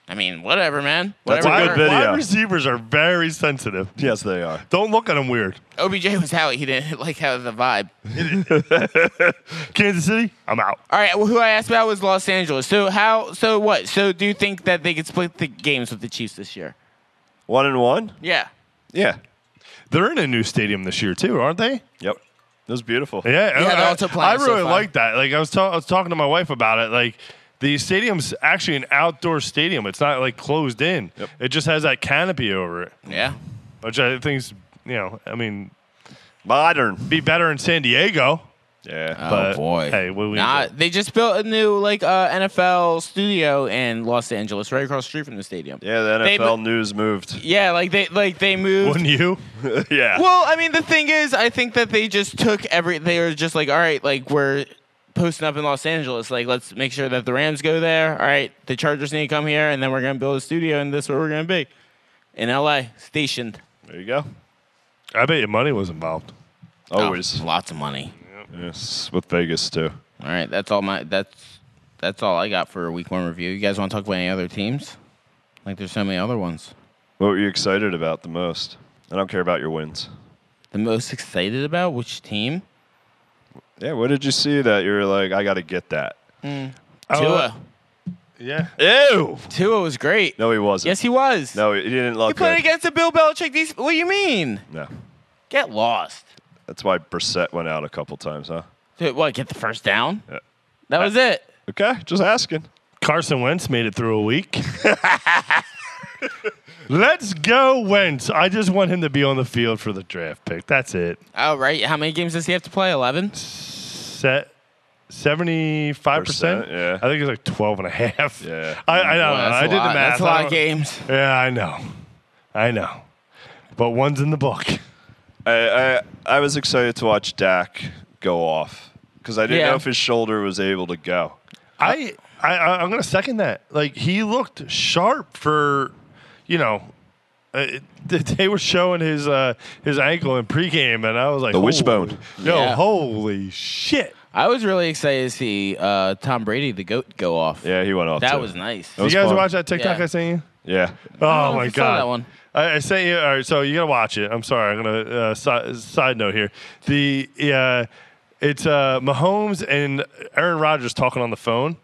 C: I mean, whatever, man.
H: That's a
C: Whatever.
H: good
D: wide,
C: worked.
H: video.
D: wide receivers are very sensitive.
H: Yes, they are.
D: Don't look at him weird.
C: OBJ was out. He didn't like how the vibe.
D: Kansas City, I'm out.
C: All right. Well, who I asked about was Los Angeles. So how? So what? So do you think that they could split the games with the Chiefs this year?
H: One and one.
C: Yeah.
H: Yeah.
D: They're in a new stadium this year too, aren't they?
H: Yep. It was beautiful.
D: Yeah, oh,
C: Yeah,
D: I,
C: they're also playing
D: I
C: so
D: really
C: far.
D: like that. Like I was, ta- I was talking to my wife about it. Like the stadium's actually an outdoor stadium. It's not like closed in.
H: Yep.
D: It just has that canopy over it,
C: Yeah.
D: which I think's you know, I mean,
H: Modern. Oh,
D: be better in San Diego.
H: Yeah.
D: But,
C: oh boy.
D: hey, what do we
C: Nah,
D: do?
C: they just built a new like uh, NFL studio in Los Angeles, right across the street from the stadium.
H: yeah. The
C: They-
H: NFL news moved.
C: Yeah, like they like they moved.
D: Wouldn't you?
H: yeah.
C: Well, I mean, the thing is, I think that they just took every. They were just like, all right, like we're posting up in Los Angeles. Like, let's make sure that the Rams go there. All right, the Chargers need to come here, and then we're gonna build a studio, and this is where we're gonna be in L.A. stationed.
H: There you go.
D: I bet your money was involved.
H: Always.
C: Oh, lots of money.
H: Yes. With Vegas too.
C: All right, that's all my. That's that's all I got for a week one review. You guys want to talk about any other teams? Like, there's so many other ones.
H: What were you excited about the most? I don't care about your wins.
C: The most excited about which team?
H: Yeah. What did you see that you were like, I got to get that? Oh,
C: Tua.
D: Oh, Yeah.
H: Ew.
C: Tua was great.
H: uh, No, he wasn't.
C: Yes, he was.
H: No, he he didn't look
C: He played
H: good.
C: against a Bill Belichick. These. What do you mean?
H: No.
C: Get lost.
H: That's why Brissett went out a couple times, huh?
C: To, what? Get the first down.
H: Yeah.
C: That
D: Uh,
C: was it.
H: Okay. Just asking.
D: Carson Wentz made it through a week. Let's go, Wentz. I just want him to be on the field for the draft pick. That's it.
C: All Oh, right. How many games does he have to play? Eleven.
D: Set 75%.
H: Percent, yeah.
D: I think it's like 12 and a half.
H: Yeah.
D: I, I don't
C: Boy,
D: know.
C: that's
D: I
C: a
D: did the
C: lot.
D: math.
C: That's a lot
D: I
C: of
D: don't-
C: games.
D: Yeah, I know. I know. But one's in the book.
H: I, I I was excited to watch Dak go off because I didn't
C: Yeah.
H: know if his shoulder was able to go.
D: I, I, I I'm gonna second that. Like he looked sharp for, you know, uh, it- they were showing his uh, his ankle in pregame, and I was like,
H: The
D: holy-
H: wishbone.
D: Yo,
C: Yeah.
D: holy shit!
C: I was really excited to see uh, Tom Brady, the goat, go off.
H: Yeah, he went off.
C: That
H: too.
C: was nice.
H: That was
D: you guys
H: fun.
D: watch that TikTok
C: Yeah.
D: I sent you?
H: Yeah,
D: Oh
C: don't know
D: my
C: if
D: god,
C: you saw that one.
D: I, I sent you. All right, so you gotta watch it. I'm sorry. I'm gonna uh, si- side note here. The uh, it's uh, Mahomes and Aaron Rodgers talking on the phone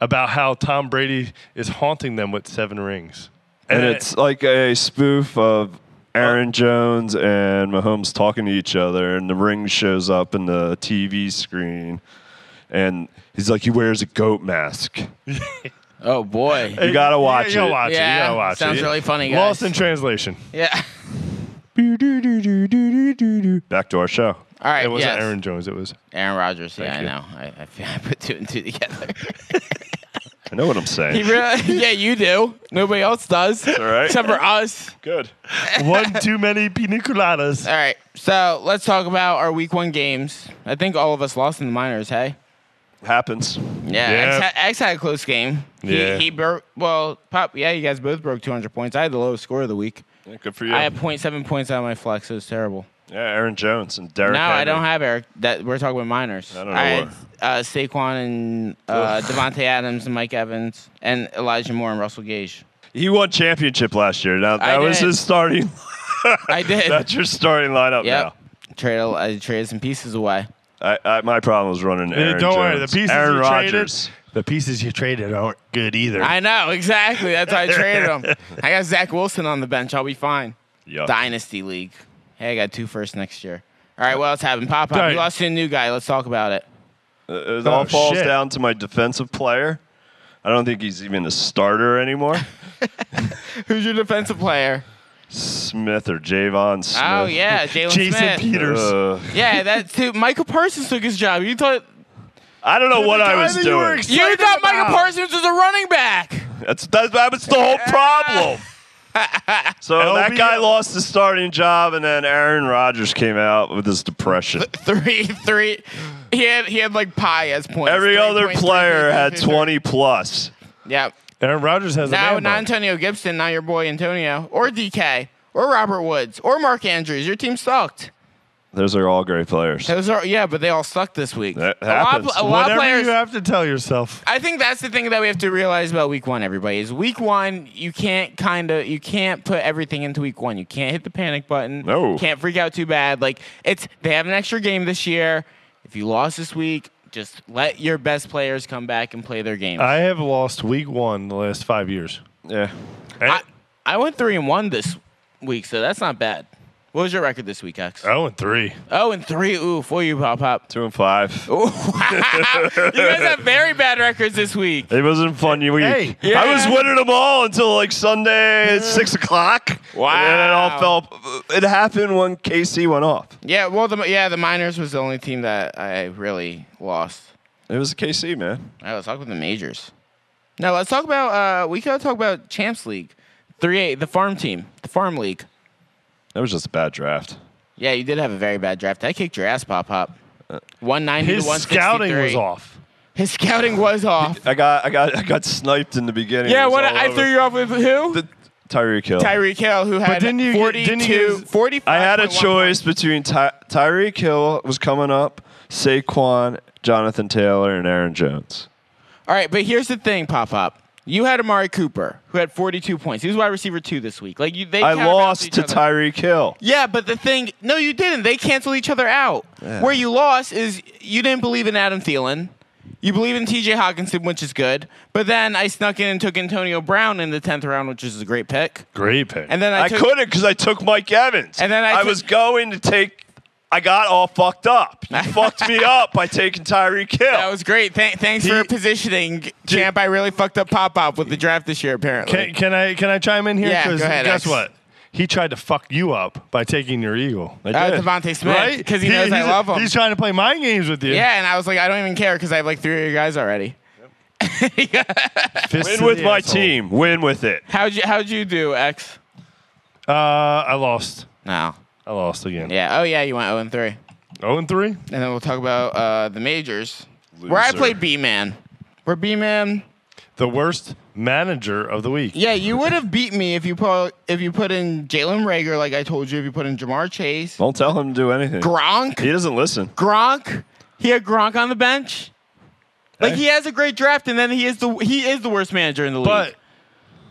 D: about how Tom Brady is haunting them with seven rings.
H: and
D: it-
H: it's like a spoof of
D: Oh.
H: Aaron Jones and Mahomes talking to each other, and the ring shows up in the TV screen, and he's like, he wears a goat mask.
C: Oh boy.
H: You gotta watch
D: you gotta
H: it.
D: watch it. You
C: Yeah,
D: gotta watch it.
C: sounds really funny,
D: Lost
C: guys.
D: in translation.
C: Yeah.
H: Back to our show.
C: All right.
D: It wasn't
C: yes.
D: Aaron Jones. It was.
C: Aaron Rodgers. Yeah, I
D: you.
C: know. I, I, feel- I put two and two together.
H: I know what I'm
C: He
H: saying.
C: really, yeah, you do. Nobody else does. All
H: right.
C: Except for us.
H: Good.
D: One too many pina coladas.
C: All right. So let's talk about our week one games. I think all of us lost in the minors, hey?
H: Happens.
C: Yeah.
D: Yeah.
C: X, had, X had a close game.
D: Yeah.
C: He, he broke, well, Pop, yeah, you guys both broke 200 points. I had the lowest score of the week.
H: Yeah, good for you.
C: I
H: Yeah,
C: had 0.7 points out of my flex. It was terrible.
H: Aaron Jones and Derek.
C: no, I
H: Henry.
C: don't have Eric. That We're talking about minors.
H: I don't know
C: I had,
H: where.
C: uh, Saquon and uh, Devontae Adams and Mike Evans and Elijah Moore and Russell Gage.
H: He won championship last year. Now that
C: I
H: was
C: did.
H: his starting.
C: I did.
H: That's your starting lineup
C: Yep.
H: now.
C: Trade, I traded some pieces away.
H: I, I, my problem was running Aaron
D: Don't worry. The
H: Jones.
D: pieces
H: Aaron
D: you
H: Rodgers.
D: traded. The pieces you traded aren't good either.
C: I know, exactly. That's why I traded him. I got Zach Wilson on the bench. I'll be fine.
H: Yuck.
C: Dynasty League. Hey, I got two first next year. All right, what else happened? Pop, Pop,
D: Right.
C: you lost to a new guy. Let's talk about it.
H: It
D: Oh,
H: all falls
D: shit.
H: down to my defensive player. I don't think he's even a starter anymore.
C: Who's your defensive player?
H: Smith or Javon Smith.
C: Oh yeah, Jalen
D: Jason
C: Smith.
D: Peters.
H: Ugh.
C: Yeah, that too. Michael Parsons took his job. You thought
H: I don't know what I
D: guy
H: was
D: that you were
H: doing.
D: ex-
C: you
D: Excited
C: thought Michael
D: about.
C: Parsons was a running back.
H: That's that's, that's the whole problem. so that
D: LBL.
H: guy lost his starting job, and then Aaron Rodgers came out with his depression.
C: Three, three. He had he had like pie as points.
H: Every
C: Three
H: other
C: points,
H: player
C: three,
H: had
C: three, three, three.
H: 20 plus.
C: Yep.
D: Aaron Rodgers has a
C: Now
D: man
C: not
D: bun.
C: Antonio Gibson, now your boy Antonio or DK or Robert Woods or Mark Andrews. Your team sucked.
H: Those are all great players.
C: Those are yeah, but they all sucked this week.
H: That
C: a lot, of,
H: happens.
C: a lot of
D: Whatever
C: players.
D: you have to tell yourself.
C: I think that's the thing that we have to realize about week one, everybody, is week one, you can't kind of, you can't put everything into week one. You can't hit the panic button.
H: No.
C: Can't freak out too bad. Like, it's, they have an extra game this year. If you lost this week, just let your best players come back and play their games.
D: I have lost week one the last five years.
H: Yeah.
C: I, I went three and one this week, so that's not bad. What was your record this week, X?
D: I went three.
C: Oh, and three. Ooh, for you, Pop Pop.
H: Two and five.
C: Ooh, wow. you guys have very bad records this week.
H: It wasn't a fun week.
D: Hey.
C: Yeah.
H: I was winning them all until like Sunday at six o'clock.
C: Wow.
H: And then it all fell. It happened when KC went off.
C: Yeah, well, the yeah, the Miners was the only team that I really lost.
H: It was KC, man.
C: All right, let's talk about the majors. Now let's talk about uh, we gotta talk about Champs League, three A, the farm team, the farm league.
H: That was just a bad draft.
C: Yeah, you did have a very bad draft. I kicked your ass, Pop Pop. One ninety to
D: His
C: one sixty
D: scouting was
C: three.
D: off.
C: His scouting was off.
H: I got, I got, I got sniped in the beginning.
C: yeah,
H: It was
C: what
H: all
C: I
H: over.
C: threw you off with who?
H: The Tyreek Hill.
C: Tyreek Hill, who had
D: didn't you get-
C: 42,
D: didn't you get-
C: 45
H: I had a
C: point one
H: choice
C: points.
H: between Ty- Tyreek Hill was coming up, Saquon, Jonathan Taylor, and Aaron Jones.
C: All right, but here's the thing, Pop Pop. You had Amari Cooper, who had 42 points. He was wide receiver two this week. Like you, they
H: I
C: counterbalance
H: lost
C: each
H: to
C: other.
H: Tyreek Hill.
C: Yeah, but the thing, no, you didn't. They canceled each other out. Where you lost is you didn't believe in Adam Thielen. You believe in TJ Hawkinson, which is good. But then I snuck in and took Antonio Brown in the 10th round, which is a great pick.
D: Great pick.
C: And then I,
H: I
C: took,
H: couldn't because I took Mike Evans.
C: And then I
H: I
C: took-
H: was going to take. I got all fucked up. You fucked me up by taking Tyreek Hill.
C: That was great. Thank thanks
H: He-
C: for positioning, Champ. I really fucked up Pop Pop with the draft this year, apparently.
D: Can, can I can I chime in here?
C: Yeah,
D: 'Cause
C: go ahead,
D: Guess
C: X.
D: what? He tried to fuck you up by taking your eagle,
C: Uh, Devontae Smith,
D: right?
C: because he, knows I
D: he's-
C: love him.
D: He's trying to play mind games with you.
C: yeah, and I was like, I don't even care because I have like three of your guys already.
D: Fist
H: Win
D: to
H: with
D: the
H: my
D: asshole.
H: team. Win with it.
C: How'd you How'd you do, X?
D: Uh, I lost.
C: No.
D: I lost again.
C: Yeah. Oh yeah, you went 0 and three.
D: Oh and three.
C: and then we'll talk about uh, the majors, where I
H: Loser.
C: played B man. Where B man,
D: The worst manager of the week.
C: yeah, you would have beat me if you put if you put in Jalen Rager, like I told you. If you put in Jamar
D: Oh.
C: Chase,
H: Don't tell him to do anything.
C: Gronk,
H: He doesn't listen.
C: Gronk, he had Gronk on the bench. Like he has a great draft, and then he is the he is the worst manager in the
D: But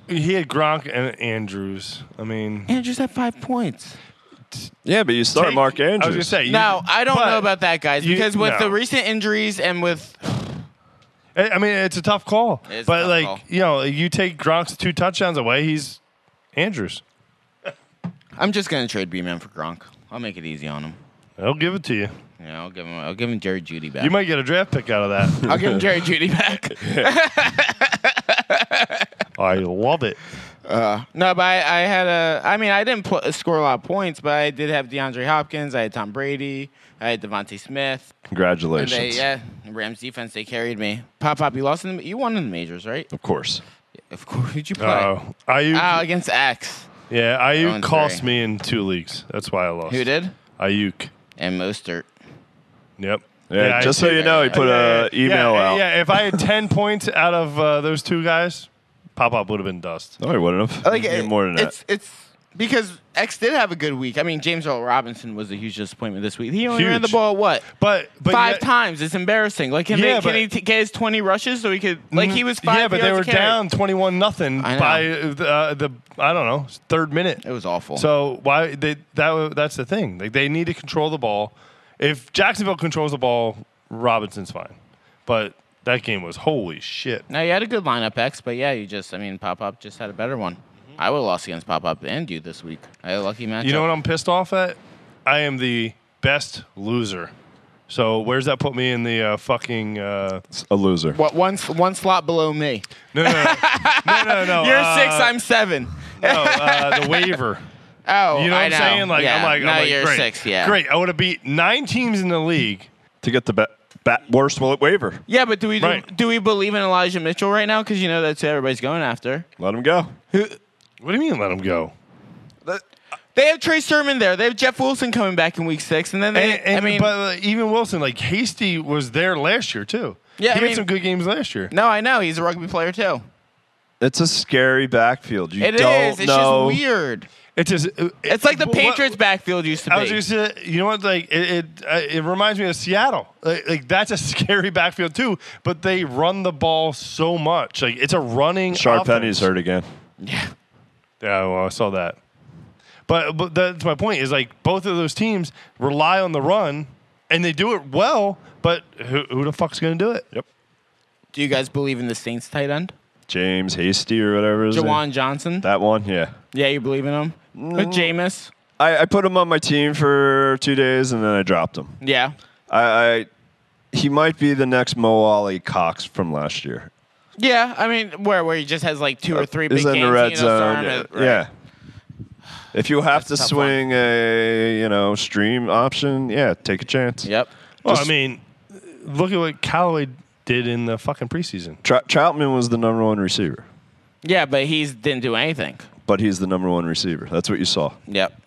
C: league.
D: he had Gronk and Andrews. I mean,
C: Andrews had five points.
H: Yeah, but you start
D: take-
H: Mark Andrews.
D: I was gonna say you-
C: No, I don't
D: but
C: know about that, guys,
D: you-
C: because with
D: no.
C: the recent injuries and with
D: I I mean, it's a tough call.
C: It is a
D: but
C: tough
D: like
C: call.
D: you know, you take Gronk's two touchdowns away, he's Andrews.
C: I'm just gonna trade B man for Gronk. I'll make it easy on him.
D: I'll give it to you.
C: Yeah, I'll give him. I'll give him Jerry Judy back.
D: You might get a draft pick out of that.
C: I'll give him Jerry Judy back.
D: I love it.
C: No, but I, I had a. I mean, I didn't pl- score a lot of points, but I did have DeAndre Hopkins. I had Tom Brady. I had Devontae Smith. And they,
H: Congratulations.
C: yeah, Rams defense. They carried me. Pop, pop. You lost in. The, you won in the majors, right?
H: Of course.
C: Of course. Who'd you play?
D: Oh, Ayuk.
C: Oh, against X.
D: yeah,
C: Oh,
D: Ayuk
C: and
D: cost
C: three.
D: me in two leagues. That's why I lost.
C: Who did?
D: Ayuk.
C: And Mostert.
D: Yep.
H: Yeah,
D: I-
H: just so you know, he put
D: yeah,
H: a email
D: yeah,
H: out.
D: Yeah, if I had ten points out of uh, those two guys, Pop Up would have been dust.
H: No, he wouldn't have. He did more than
C: It's it's because X did have a good week. I mean, James Earl Robinson was a huge disappointment this week. He only ran the
D: Huge.
C: ball what?
D: But but
C: five
D: yet-
C: times. It's embarrassing. Like, can,
D: Yeah,
C: they, can
D: but- Mm-hmm.
C: he t- get his twenty rushes so he could? Like, he was five.
D: Yeah, but they
C: yards a
D: were
C: carry.
D: down twenty-one nothing
C: I know.
D: by uh, the I don't know third minute.
C: It was awful.
D: So why they that wa- that's the thing. Like they need to control the ball. If Jacksonville controls the ball, Robinson's fine. But that game was holy shit.
C: No, you had a good lineup, X, but yeah, you just, I mean, Pop Up just had a better one. I would have lost against Pop Up and you this week. I had a lucky matchup.
D: Mm-hmm. You know what I'm pissed off at? I am the best loser. So where's that put me in the uh, fucking? Uh,
H: that. A loser.
C: what? One, s- one slot below me.
D: no, no, no, no, no, no.
C: You're
D: uh,
C: six, I'm seven.
D: no, uh, the waiver.
C: Oh,
D: You know what
C: I
D: I'm
C: know.
D: saying? Like
C: Yeah.
D: I'm like,
C: now
D: I'm like,
C: you're
D: great,
C: six. Yeah,
D: great. I would have beat nine teams in the league.
H: to get the ba- bat worst will it waiver.
C: Yeah, but do we do,
D: Right.
C: do we believe in Elijah Mitchell right now? Because you know that's who everybody's going after.
H: Let him go.
D: What do you mean let him go?
C: They have Trey Sermon there. They have Jeff Wilson coming back in week six, and then they.
D: And, and
C: I mean,
D: but like, even Wilson, like Hasty was there last year too.
C: Yeah, I
D: he had
C: mean-
D: some good games last year.
C: no, I know he's a rugby player too.
H: It's a scary backfield. You
C: It is. It's
H: don't know.
C: just weird.
D: It's just uh, it-
C: It's like the
D: but what-
C: Patriots backfield used to
D: I
C: be.
D: was just uh, you know what like it it, uh, it reminds me of Seattle like, like that's a scary backfield too but they run the ball so much like it's a running
H: Sharp
D: offense.
H: pennies hurt again.
D: yeah well, I saw that but but that's my point is like both of those teams rely on the run and they do it well but who, who the fuck's gonna do it
H: Yep.
C: do you guys believe in the Saints tight end,
H: James Hasty or whatever his name-
C: Jawan Johnson?
H: That one, yeah.
C: yeah, you believe in him? With Jameis?
H: I, I put him on my team for two days and then I dropped him.
C: Yeah.
H: I, I he might be the next Mo Ali Cox from last year.
C: Yeah, I mean, where where he just has like two or three big
H: He's in
C: games,
H: the
C: you
H: red
C: know, so
H: zone.
C: I'm
H: Yeah.
C: at- right.
H: yeah. If you
C: That's
H: have to
C: a tough one.
H: swing a you know stream option, yeah, take a chance.
C: Yep.
D: well I
H: Just-
D: mean look at what Callaway did in the fucking preseason
H: Tra- Troutman was the number one receiver,
C: Yeah, but he's didn't do anything.
H: but he's the number one receiver. That's what you saw.
C: Yep.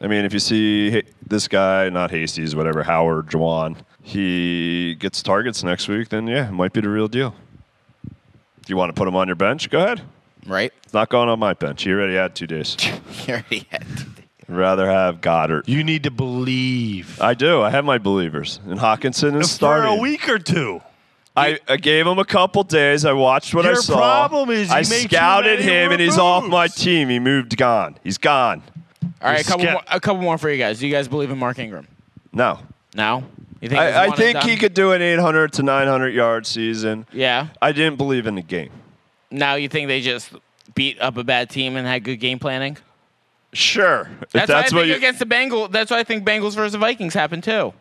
H: I mean, if you see hey, this guy, not Hasties, whatever, Howard, Juwan, he gets targets next week, then yeah, it might be the real deal. Do you want to put him on your bench? Go ahead.
C: Right.
H: It's not going on my bench. He already had two days.
C: He already had.
H: I'd rather have Goddard.
D: you need to believe
H: I do. I have my believers. And Hawkinson is starting.
D: for a week or two.
H: I, I gave him a couple days. I watched what I
D: Your
H: saw.
D: problem is you
H: I
D: made too
H: scouted
D: many
H: him, and he's off my
D: removes.
H: team. He moved gone. He's gone.
C: All right, a couple,
D: Scat-
C: more, a couple more for you guys. Do you guys believe in Mark Ingram?
H: No.
C: No. You think it's
H: I, I
C: one and
H: think he
C: done?
H: could do an 800 to 900 yard season.
C: Yeah.
H: I didn't believe in the game.
C: Now you think they just beat up a bad team and had good game planning?
H: Sure. If
C: That's, why I
H: what
C: think
H: you
C: against the Bengals. That's why I think Bengals versus the Vikings happened too.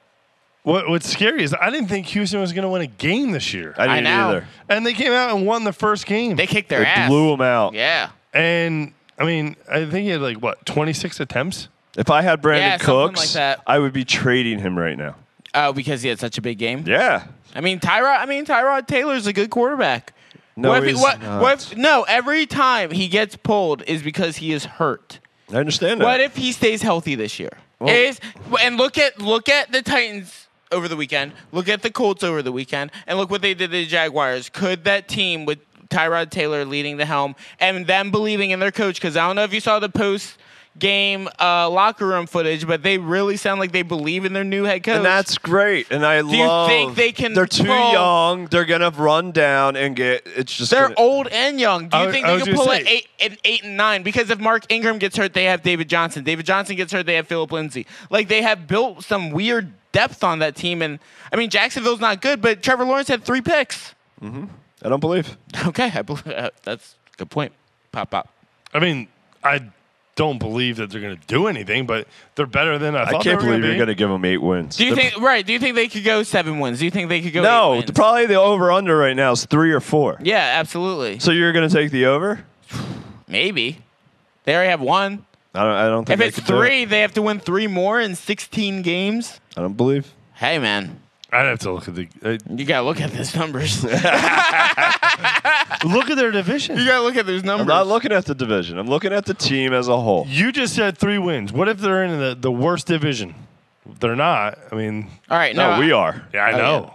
D: What, what's scary is I didn't think Houston was going to win a game this year.
H: I
C: I
H: didn't
C: know.
H: either.
D: and they came out and won the first game.
C: They kicked their
H: They
C: ass.
H: blew him out.
C: Yeah.
D: and I mean, I think he had like what 26 attempts.
H: If I had Brandon
C: Yeah, something like
H: Cooks,
C: that.
H: I would be trading him right now.
C: Oh, because he had such a big game.
H: Yeah.
C: I mean, Tyrod. I mean, Tyrod Taylor's a good quarterback.
H: No,
C: What if he-
H: he's
C: what-
H: not.
C: what if- no, every time he gets pulled is because he is hurt.
H: I understand that.
C: What if he stays healthy this year? is and look at look at the Titans over the weekend. Look at the Colts over the weekend, and look what they did to the Jaguars. Could that team with Tyrod Taylor leading the helm and them believing in their coach? Because I don't know if you saw the post game uh, locker room footage, but they really sound like they believe in their new head coach.
H: and that's great. And I
C: you
H: love.
C: think they can
H: They're too
C: pull-
H: young. They're gonna run down and get. It's just.
C: they're
H: gonna-
C: old and young. Do you
D: I-
C: think
D: I
C: they
D: was
C: can
D: gonna
C: pull
D: say-
C: an eight, an eight and nine? Because if Mark Ingram gets hurt, they have David Johnson. David Johnson gets hurt, they have Philip Lindsay. Like they have built some weird depth on that team. And I mean, Jacksonville's not good, but Trevor Lawrence had three picks.
H: I don't believe.
C: Okay, I believe uh, that's a good point. Pop pop.
D: I mean, I don't believe that they're going to do anything, but they're better than I
H: I
D: thought.
H: can't
D: they were
H: believe
D: gonna
H: you're
D: be.
H: gonna give them eight wins.
C: Do you
H: They're-
C: think right? Do you think they could go seven wins? Do you think they could go? eight
H: No,
C: wins?
H: the, probably the over under right now is three or four.
C: yeah, absolutely.
H: So you're gonna take the over?
C: Maybe they already have one.
H: I don't. I don't
C: If
H: think.
C: it's
H: they could do it.
C: three, they have to win three more in sixteen games.
H: I don't believe.
C: Hey man,
D: I'd have to look at the uh,
C: you gotta look at these numbers.
D: look at their division.
C: You gotta look at those numbers.
H: I'm not looking at the division. I'm looking at the team as a whole.
D: You just said three wins. What if they're in the, the worst division? They're not. I mean,
C: All right,
H: No,
C: no,
H: we are.
D: Oh, yeah, I
C: yeah.
D: know.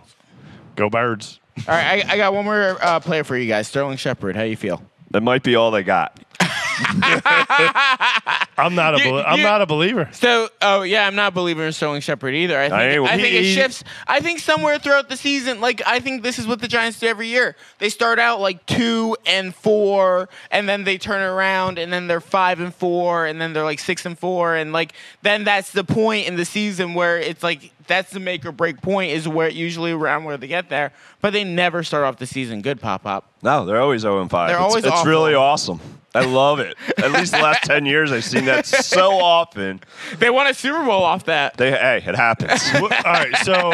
D: Go Birds.
C: All right, I, I got one more uh, player for you guys. Sterling Shepard, how you feel?
H: That might be all they got.
D: I'm not a.
C: You-
D: bel I'm
C: you-
D: not a believer.
C: So, oh yeah, I'm not a believer in Sterling Shepard either. I think
H: I
C: I,
H: ain't-
C: think it
H: he-
C: shifts. I think somewhere throughout the season, like I think this is what the Giants do every year. They start out like two and four, and then they turn around, and then they're five and four, and then they're like six and four, and like then that's the point in the season where it's like that's the make or break point is where usually around where they get there, but they never start off the season good. Pop up.
H: No, they're always 0 and 5.
C: They're
H: it's,
C: always
H: It's
C: awful.
H: really awesome. I love it. At least the last 10 years, I've seen that so often.
C: They won a Super Bowl off that.
H: They, hey, it happens.
D: Wh- All right, so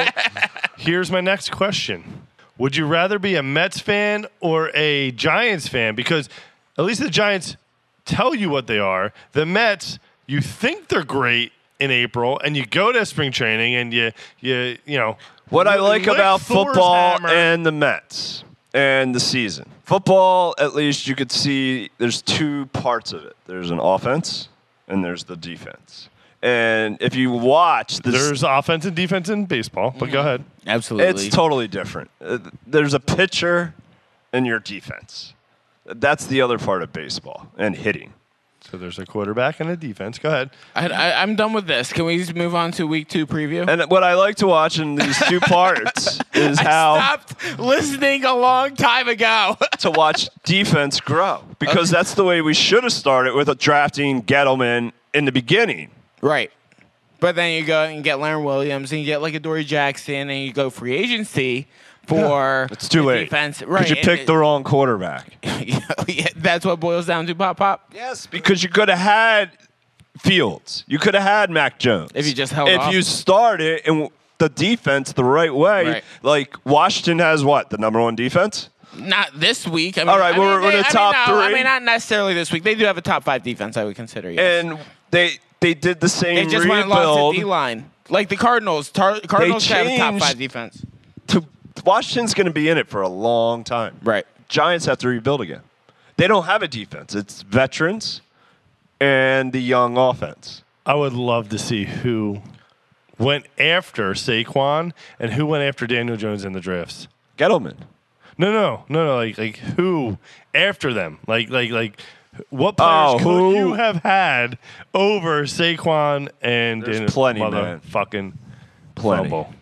D: here's my next question. Would you rather be a Mets fan or a Giants fan? Because at least the Giants tell you what they are. The Mets you think they're great in April, and you go to spring training, and you you you know
H: What I
D: li-
H: like
D: lick
H: about
D: Thor's
H: football
D: hammer.
H: and the Mets and the season. Football, at least you could see there's two parts of it. There's an offense and there's the defense. And if you watch the
D: there's offense and defense in baseball, but go
H: Mm-hmm.
D: ahead.
C: Absolutely.
H: It's totally different. Uh, There's a pitcher and your defense. That's the other part of baseball and hitting.
D: So there's a quarterback and a defense. Go ahead.
C: I, I, I'm done with this. Can we just move on to week two preview?
H: And what I like to watch in these two parts is how
C: Stopped listening a long time ago.
H: to watch defense grow because that's the way we should have started with a drafting Gettleman in the beginning.
C: right. But then you go and get Leonard Williams and you get like a Dory Jackson and you go free agency for
H: It's too
C: the
H: late.
C: defense. Right.
H: Because you
C: and
H: picked the wrong quarterback.
C: it- yeah, that's what boils down to pop pop.
H: Yes, because you could have had Fields. You could have had Mac Jones.
C: If you just held
H: If
C: off.
H: you started and w- the defense the right way,
C: Right.
H: like Washington has what the number one defense.
C: Not this week. I mean,
H: All right,
C: I mean,
H: we're-
C: they-
H: we're the
C: I mean,
H: top
C: no, I
H: three.
C: mean, not necessarily this week. They do have a top five defense. I would consider. Yes.
H: and they they did the same
C: They just went and
H: rebuild
C: lost the D line. Like the Cardinals. Tar- Cardinals have a top
H: changed-
C: five defense.
H: to Washington's going to be in it for a long time.
C: Right.
H: Giants have to rebuild again. They don't have a defense. It's veterans and the young offense.
D: I would love to see who went after Saquon and who went after Daniel Jones in the drafts.
H: Gettleman.
D: No, no, no, no. Like, like who after them? Like, like, like, what
H: Oh,
D: players could
H: who?
D: you have had over Saquon and
H: There's
D: Daniel-
H: plenty, man.
D: motherfucking
H: Plenty.
D: fumble?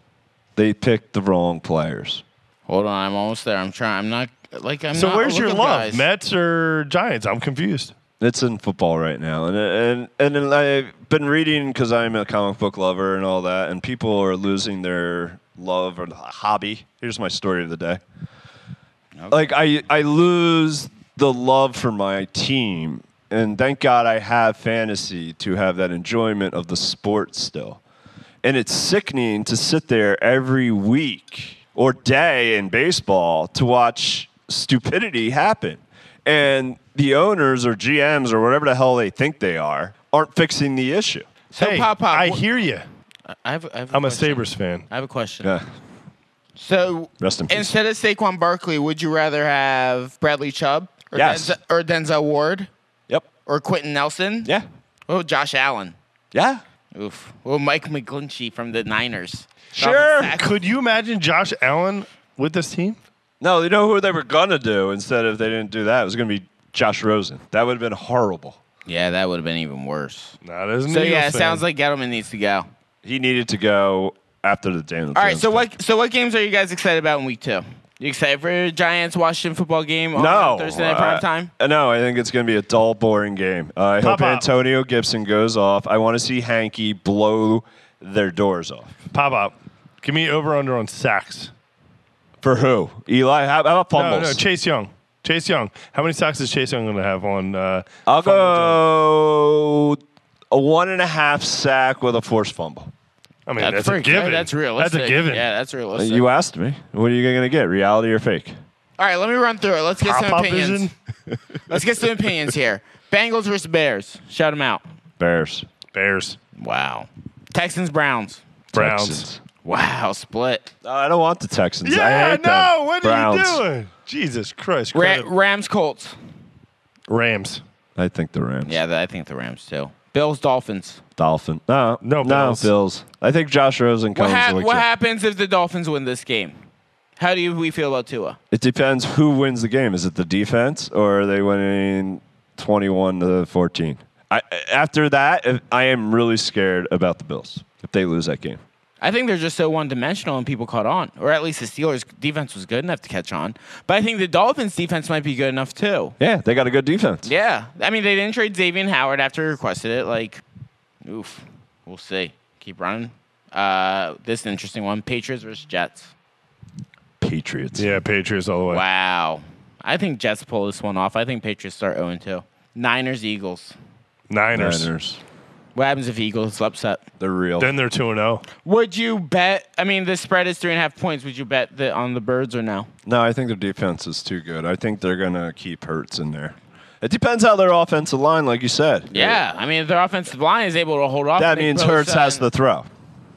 H: They picked the wrong players.
C: Hold on, I'm almost there. I'm trying. I'm not like I'm.
D: So
C: not
D: where's your
C: looking,
D: love,
C: guys.
D: Mets or Giants? I'm confused.
H: It's in football right now, and and and then I've been reading because I'm a comic book lover and all that, and people are losing their love or hobby. Here's my story of the day. Like I I lose the love for my team, and thank God I have fantasy to have that enjoyment of the sport still. And it's sickening to sit there every week or day in baseball to watch stupidity happen. And the owners or GMs or whatever the hell they think they are aren't fixing the issue.
C: So
D: hey,
C: pop pop.
D: I
C: wh-
D: hear you.
C: I have, I have
D: I'm a
C: question.
D: Sabres fan.
C: I have a question.
H: Yeah.
C: So
H: Rest in peace.
C: instead of Saquon Barkley, would you rather have Bradley Chubb or,
H: Yes.
C: Denzel, or Denzel Ward
H: Yep.
C: or Quentin Nelson?
H: Yeah.
C: Oh, Josh Allen.
H: Yeah.
C: Oof. Well, Mike McGlinchey from the Niners.
H: Sure.
C: Sack-
D: Could you imagine Josh Allen with this team?
H: No, you know who they were gonna do instead if they didn't do that? It was gonna be Josh Rosen. That would have been horrible.
C: Yeah, that would have been even worse.
D: Not as
C: So yeah, it sounds like Gettleman needs to go.
H: He needed to go after the Daniel.
C: All right. So what? So what games are you guys excited about in week two? You excited for a Giants Washington football game on
H: No.
C: Thursday night
H: uh,
C: prime time?
H: uh, no, I think it's going to be a dull, boring game. Uh, I hope
D: Pop out.
H: Antonio Gibson goes off. I want to see Hanky blow their doors off.
D: pop up. Give me over under on sacks.
H: For who? Eli? How how about
D: No,
H: fumbles?
D: no, Chase Young. Chase Young. How many sacks is Chase Young going to have on? Uh,
H: I'll
D: fumble
H: go a one and a half sack with a forced fumble.
D: I mean, that's, a
C: pretty good.
D: given.
C: That's realistic.
D: That's a given.
C: Yeah, that's realistic.
H: You asked me. What are you going to get? Reality or fake?
C: All right, let me run through it. Let's get some
D: Pop up
C: opinions.
D: vision.
C: Let's get some opinions here. Bengals versus Bears. Shout them out.
H: Bears.
D: Bears.
C: Wow. Texans Browns.
D: Browns.
H: Texans.
C: Wow, split.
H: No, I don't want the Texans. I
D: Yeah,
H: hate them.
D: no. What
H: Browns.
D: are you doing? Jesus Christ.
C: Ra-
D: credit-
C: Rams Colts.
D: Rams.
H: I think the Rams.
C: Yeah, I think the Rams too. Bills Dolphins.
H: Dolphin. No,
D: No,
H: no,
D: Bills.
H: Bills. I think Josh Rosen
C: What,
H: comes.
C: hap-
H: with
C: what
H: you.
C: happens if the Dolphins win this game? How do you, we feel about Tua?
H: It depends who wins the game. Is it the defense or are they winning 21 to 14? I, after that, if- I am really scared about the Bills if they lose that game.
C: I think they're just so one dimensional and people caught on. Or at least the Steelers defense was good enough to catch on. But I think the Dolphins defense might be good enough too.
H: Yeah, they got a good defense.
C: Yeah. I mean, they didn't trade Xavier Howard after he requested it. Like, oof. We'll see. Keep running. Uh, this is an interesting one Patriots versus Jets.
H: Patriots.
D: Yeah, Patriots all the way.
C: Wow. I think Jets pull this one off. I think Patriots start 0 2. Niners, Eagles.
D: Niners.
H: Niners.
C: What happens if Eagles upset?
H: They're real.
D: Then they're 2 and oh. 0.
C: Would you bet? I mean, the spread is three and a half points. Would you bet the, on the birds or no?
H: no, I think their defense is too good. I think they're going to keep Hurts in there. It depends how their offensive line, like you said.
C: Yeah, I mean, if their offensive line is able to hold off.
H: That
C: they
H: means
C: throw
H: Hurts has
C: some-
H: the throw.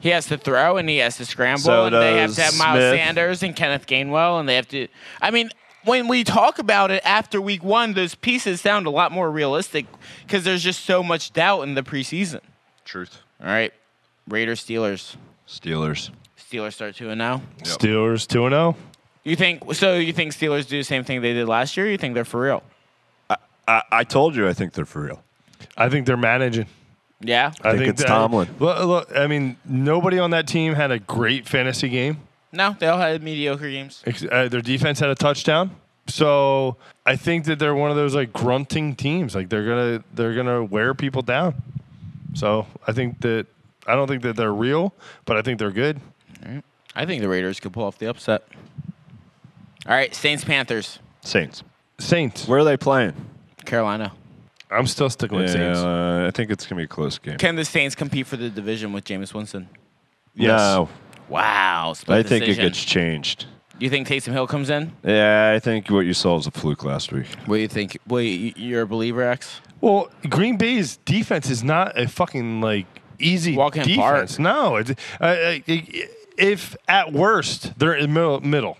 C: He has to throw and he has to scramble,
H: So
C: and they have
H: does
C: to have Miles
H: Smith.
C: Sanders and Kenneth Gainwell, and they have to. I mean, when we talk about it after week one, those pieces sound a lot more realistic because there's just so much doubt in the preseason.
H: Truth.
C: All right, Raiders, Steelers.
H: Steelers.
C: Steelers start two and now.
D: Steelers oh. 2 0.
C: You think so? You think Steelers do the same thing they did last year? Or you think they're for real?
H: I, I told you I think they're for real.
D: I think they're managing.
C: Yeah.
D: I
H: think it's Tomlin.
D: Look, look, I mean, nobody on that team had a great fantasy game.
C: No, they all had mediocre games.
D: Ex- Uh, their defense had a touchdown. So I think that they're one of those like grunting teams. Like they're gonna they're gonna wear people down. So I think that I don't think that they're real, but I think they're good.
C: I think the Raiders could pull off the upset. All right, Saints, Panthers,
H: Saints.
D: Saints.
H: Where are they playing?
C: Carolina.
D: I'm still sticking with Saints.
H: uh, I think it's gonna be a close game.
C: Can the Saints compete for the division with Jameis Winston?
H: No,
C: Wow, split
H: I think
C: decision.
H: it gets changed.
C: You think Taysom Hill comes in?
H: Yeah, I think what you saw was a fluke last week.
C: What do you think? Well, you, you're a believer, X.
D: Well, Green Bay's defense is not a fucking like easy
C: Walk in
D: defense.
C: park.
D: No, it, I- I- I- if at worst they're in the middle, middle,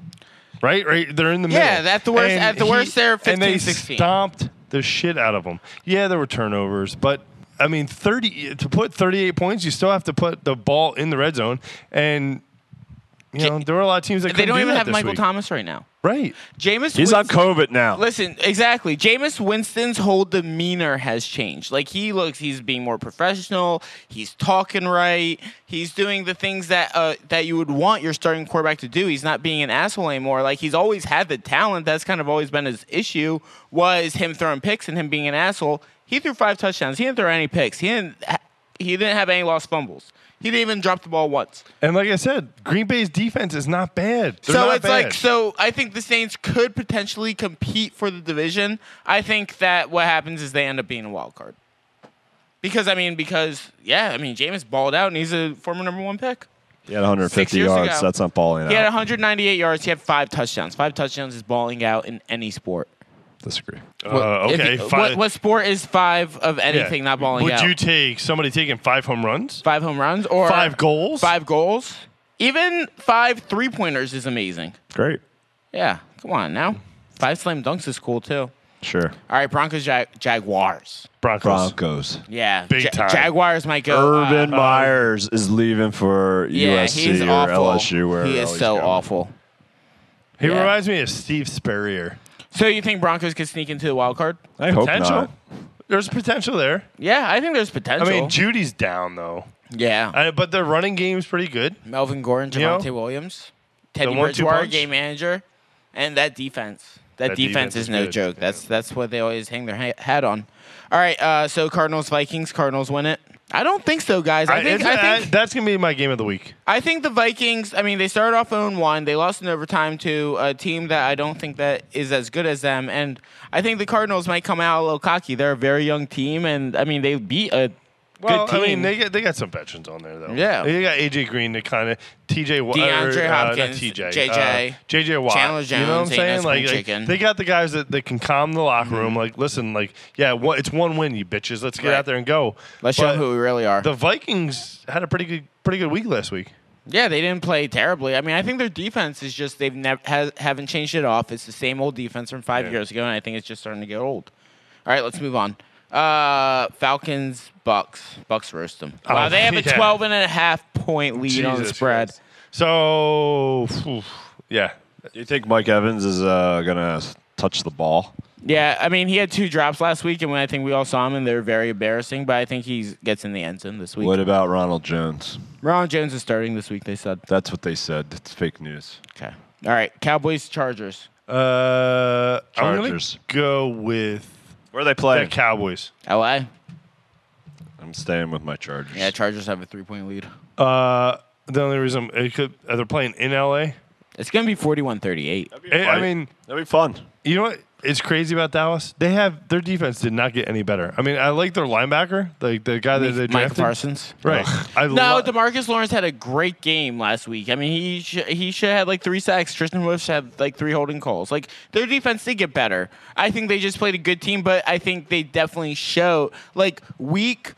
D: right? Right, they're in the
C: Yeah,
D: middle.
C: at the worst- at the worst, they're
D: and they
C: 15-16.
D: stomped the shit out of them. Yeah, there were turnovers, but. I mean, thirty to put thirty-eight points, you still have to put the ball in the red zone, and you know there were a lot of teams that
C: They
D: couldn't
C: don't
D: do
C: even
D: that
C: have
D: this
C: Michael
D: week.
C: Thomas right now.
D: Right?
C: Jameis
H: He's on
C: Winston-
H: COVID now.
C: Listen, exactly. Jameis Winston's whole demeanor has changed. Like he looks, he's being more professional. He's talking right. He's doing the things that uh, that you would want your starting quarterback to do. He's not being an asshole anymore. Like he's always had the talent. That's kind of always been his issue was him throwing picks and him being an asshole. He threw five touchdowns. He didn't throw any picks. He didn't. He didn't have any lost fumbles. He didn't even drop the ball once.
D: And like I said, Green Bay's defense is not bad. They're
C: so
D: not
C: it's
D: bad.
C: like so I think the Saints could potentially compete for the division. I think that what happens is they end up being a wild card. Because I mean, because yeah, I mean Jameis balled out and he's a former number one pick.
H: He had 150
C: years
H: yards.
C: ago.
H: That's not balling
C: He had
H: out.
C: 198 yards. He had five touchdowns. Five touchdowns is balling out in any sport.
H: Disagree.
D: Uh,
C: If
D: okay,
C: you-
D: fi-
C: What, what sport is five of
D: Yeah.
C: anything not balling
D: Would
C: out?
D: you take somebody taking five home runs?
C: five home runs or
D: Five goals?
C: Five goals. Even five three pointers is amazing.
H: Great.
C: Yeah, come on now. Five slam dunks is cool too.
H: Sure.
C: All right, Broncos Jag- Jaguars.
D: Broncos.
H: Broncos.
C: Yeah,
D: Big time.
C: Jaguars might go. uh,
H: Urban Myers is leaving for
C: yeah,
H: USC
C: he's
H: or
C: awful.
H: LSU. Where
C: he is so awful.
D: He
C: Yeah.
D: reminds me of Steve Spurrier.
C: So you think Broncos could sneak into the wild card?
H: I hope
D: Potential.
H: not.
D: There's potential there.
C: Yeah, I think there's
D: I
C: potential.
D: mean, Judy's down though,
C: yeah,
D: I, but their running game's pretty good.
C: Melvin Gordon,
D: You know,
C: Javante Williams, Teddy
D: the one-two
C: Bridgewater,
D: punch.
C: game manager, and that defense. That,
D: That
C: defense,
D: defense
C: is
D: is
C: no
D: good.
C: joke. That's that's what they always hang their ha- hat on. All right, uh, so Cardinals Vikings. Cardinals win it. I don't think so, guys. I,
D: I-
C: think
D: it's-
C: I
D: I-
C: think
D: that's gonna be my game of the week.
C: I think the Vikings. I mean, they started off 0-1. They lost in overtime to a team that I don't think that is as good as them. And I think the Cardinals might come out a little cocky. They're a very young team, and I mean, they beat a
D: Well,
C: good team.
D: I mean, they got they got some veterans on there though.
C: Yeah.
D: they got AJ Green to kind of TJ Wa- or,
C: DeAndre
D: uh, not
C: Hopkins,
D: TJ,
C: JJ,
D: uh, JJ Watt.
C: Chandler
D: you know what I'm
C: Jones, ain't no
D: saying?
C: spring
D: Like, like,
C: chicken.
D: they got the guys that, that can calm the locker
C: Mm-hmm.
D: room. Like, listen, like, yeah, one, it's one win, you bitches. Let's get
C: Right.
D: out there and go.
C: Let's show
D: But
C: them who we really are.
D: The Vikings had a pretty good pretty good week last week.
C: Yeah, they didn't play terribly. I mean, I think their defense is just they've never has, haven't changed it off. It's the same old defense from five years ago, and I think it's just starting to get old. All right, let's move on. Uh, Falcons, Bucks, Bucks roast them. Wow,
D: Oh,
C: they have a
D: yeah.
C: 12 and a half point lead on the
D: Jesus
C: spread.
D: Christ. So, phew, yeah.
H: Do you think Mike Evans is uh, gonna touch the ball?
C: Yeah, I mean, he had two drops last week, and when I think we all saw him, and they're very embarrassing. But I think he gets in the end zone this week.
H: What about Ronald Jones?
C: Ron Jones is starting this week. They said.
H: That's what they said. It's fake news.
C: Okay. All right, Cowboys, Chargers,
D: Uh, I'm gonna
H: Chargers.
D: go with
H: Where are they
D: the
H: playing?
D: Cowboys.
C: L.A.
H: I'm staying with my Chargers.
C: Yeah, Chargers have a three point lead.
D: Uh, the only reason it could uh, they're playing in LA.
C: It's gonna be 41-38.
D: Eh, I- I mean,
H: that'd be fun.
D: you know what? is crazy about Dallas? They have their defense did not get any better. I mean, I like their linebacker, like the guy that they
C: Mike
D: drafted.
C: Parsons.
D: Right.
C: No,
D: I lo-
C: Demarcus Lawrence had a great game last week. I mean, he sh- he should have had like three sacks. Tristan Wirfs had like three holding calls. Like their defense did get better. I think they just played a good team, but I think they definitely showed like week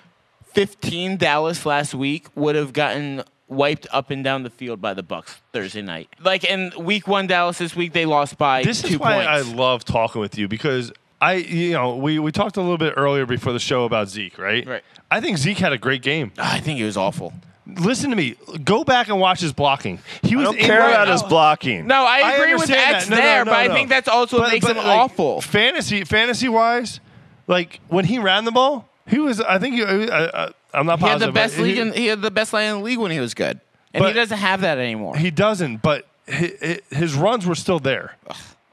C: 15 Dallas last week would have gotten wiped up and down the field by the Bucks Thursday night. Like in week 1 Dallas this week they lost by
D: this
C: 2
D: is why
C: points.
D: I love talking with you because I, you know, we, we talked a little bit earlier before the show about Zeke, right?
C: Right.
D: I think Zeke had a great game.
C: I think it was awful.
D: Listen to me. Go back and watch his blocking. He
H: I
D: was
H: don't
D: in
H: care
D: right
H: about
D: out.
H: his blocking.
C: No, I agree with
D: understand
C: X
D: that. No, no,
C: there,
D: no,
C: but I
D: no.
C: think that's also what
D: But-
C: makes
D: but,
C: him
D: like,
C: awful.
D: Fantasy, fantasy wise, like when he ran the ball, he was. I think he, I, I, I'm not
C: He had the
D: positive. but
C: best
D: he-
C: league. In, he had the best line in the league when he was good, and he
D: But-
C: doesn't have that anymore.
D: He doesn't, but hi- hi- his runs were still there.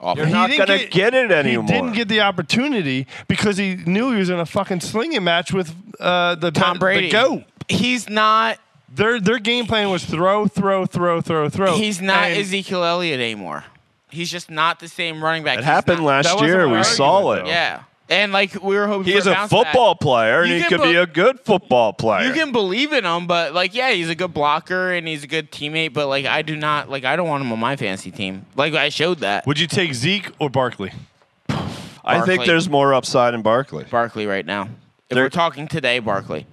H: You're not
D: didn't
H: gonna get it anymore.
D: He didn't get the opportunity because he knew he was in a fucking slinging match with uh, the
C: Tom
D: the
C: Brady.
D: goat.
C: He's not.
D: Their their game plan was throw, throw, throw, throw,
H: Oh,
D: throw.
C: He's not
D: And
C: Ezekiel Elliott anymore. He's just not the same running back.
H: It
C: He's
H: happened
C: not-
D: that
H: last
D: wasn't
H: year.
D: my
H: We
D: argument,
H: saw it.
D: though.
C: Yeah, and like we were hoping.
H: He
C: for
H: is a
C: bounce back.
H: football player, and
C: You
H: he
C: can
H: could be
C: bo-
H: a good football player.
C: You can believe in him, but like, yeah, he's a good blocker and he's a good teammate. But like, I do not like. I don't want him on my fantasy team. Like I showed that
D: Would you take Zeke or Barkley?
H: I think
C: Barkley.
H: there's more upside in Barkley.
C: Barkley right now. If
H: They're-
C: we're talking today, Barkley.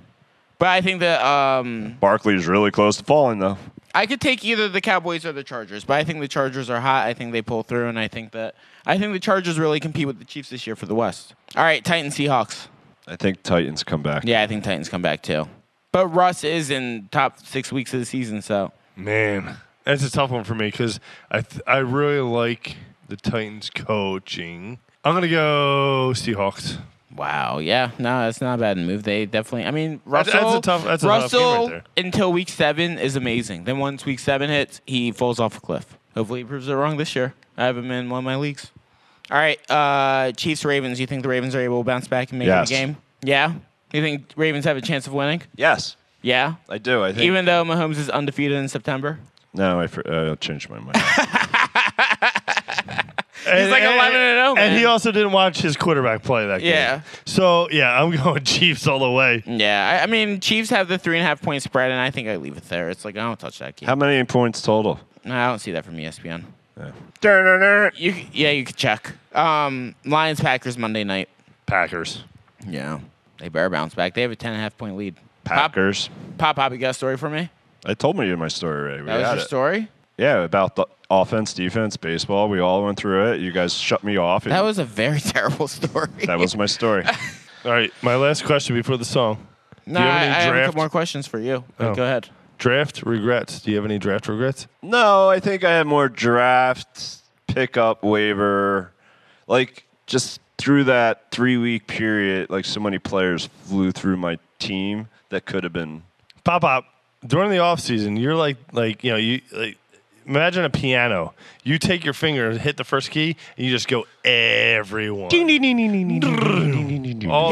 C: But I think that um,
H: Barkley's really close to falling, though.
C: I could take either the Cowboys or the Chargers, but I think the Chargers are hot. I think they pull through, and I think that I think the Chargers really compete with the Chiefs this year for the West. All right, Titans Seahawks.
H: I think Titans come back.
C: Yeah, I think Titans come back too. But Russ is in top six weeks of the season, so
D: Man, that's a tough one for me because I th- I really like the Titans coaching. I'm gonna go Seahawks.
C: wow, yeah, no, that's not a bad move. They definitely, I mean,
D: That's-
C: Russell,
D: that's a tough- that's a tough game
C: Russell
D: right there.
C: until week seven is amazing. Then once week seven hits, he falls off a cliff. Hopefully, he proves it wrong this year. I have him in one of my leagues. All right, uh, Chiefs Ravens. You think the Ravens are able to bounce back and make
H: Yes.
C: it a game? Yeah. You think Ravens have a chance of winning?
H: Yes,
C: Yeah.
H: I do. I think.
C: Even though Mahomes is undefeated in September,
H: no, I, fr- uh, I changed my mind.
D: He's
C: like 11 and 0,
D: And he
C: man.
D: also didn't watch his quarterback play that game.
C: Yeah.
D: So yeah, I'm going Chiefs all the way.
C: yeah. I, I mean, Chiefs have the three and a half point spread, and I think I leave it there. It's like I don't touch that game.
H: How many points total?
C: No, I don't see that from E ESPN. Yeah, you, c- yeah, you could check. Um, Lions Packers Monday night.
D: Packers.
C: Yeah, they better bounce back. They have a ten and a half point lead.
H: Packers.
C: Pop, Pop, Pop, you got a story for me?
H: I told you my story already. We
C: That was
H: had
C: your
H: it.
C: story.
H: Yeah, about the offense, defense, baseball. We all went through it. You guys shut me off.
C: That was a very terrible story.
H: that was my story.
D: All right, my last question before the song.
C: no.
D: Do
C: I,
D: you have any
C: I have a
D: draft-
C: couple more questions for you. but
D: Oh.
C: Go ahead.
D: Draft regrets. Do you have any draft regrets?
H: no, I think I had more draft, pickup, waiver, like just through that three week period. Like so many players flew through my team that could have been.
D: Pop up during the off season. You're like like you know you like. Imagine a piano. You take your finger and hit the first key, and you just go everyone. All the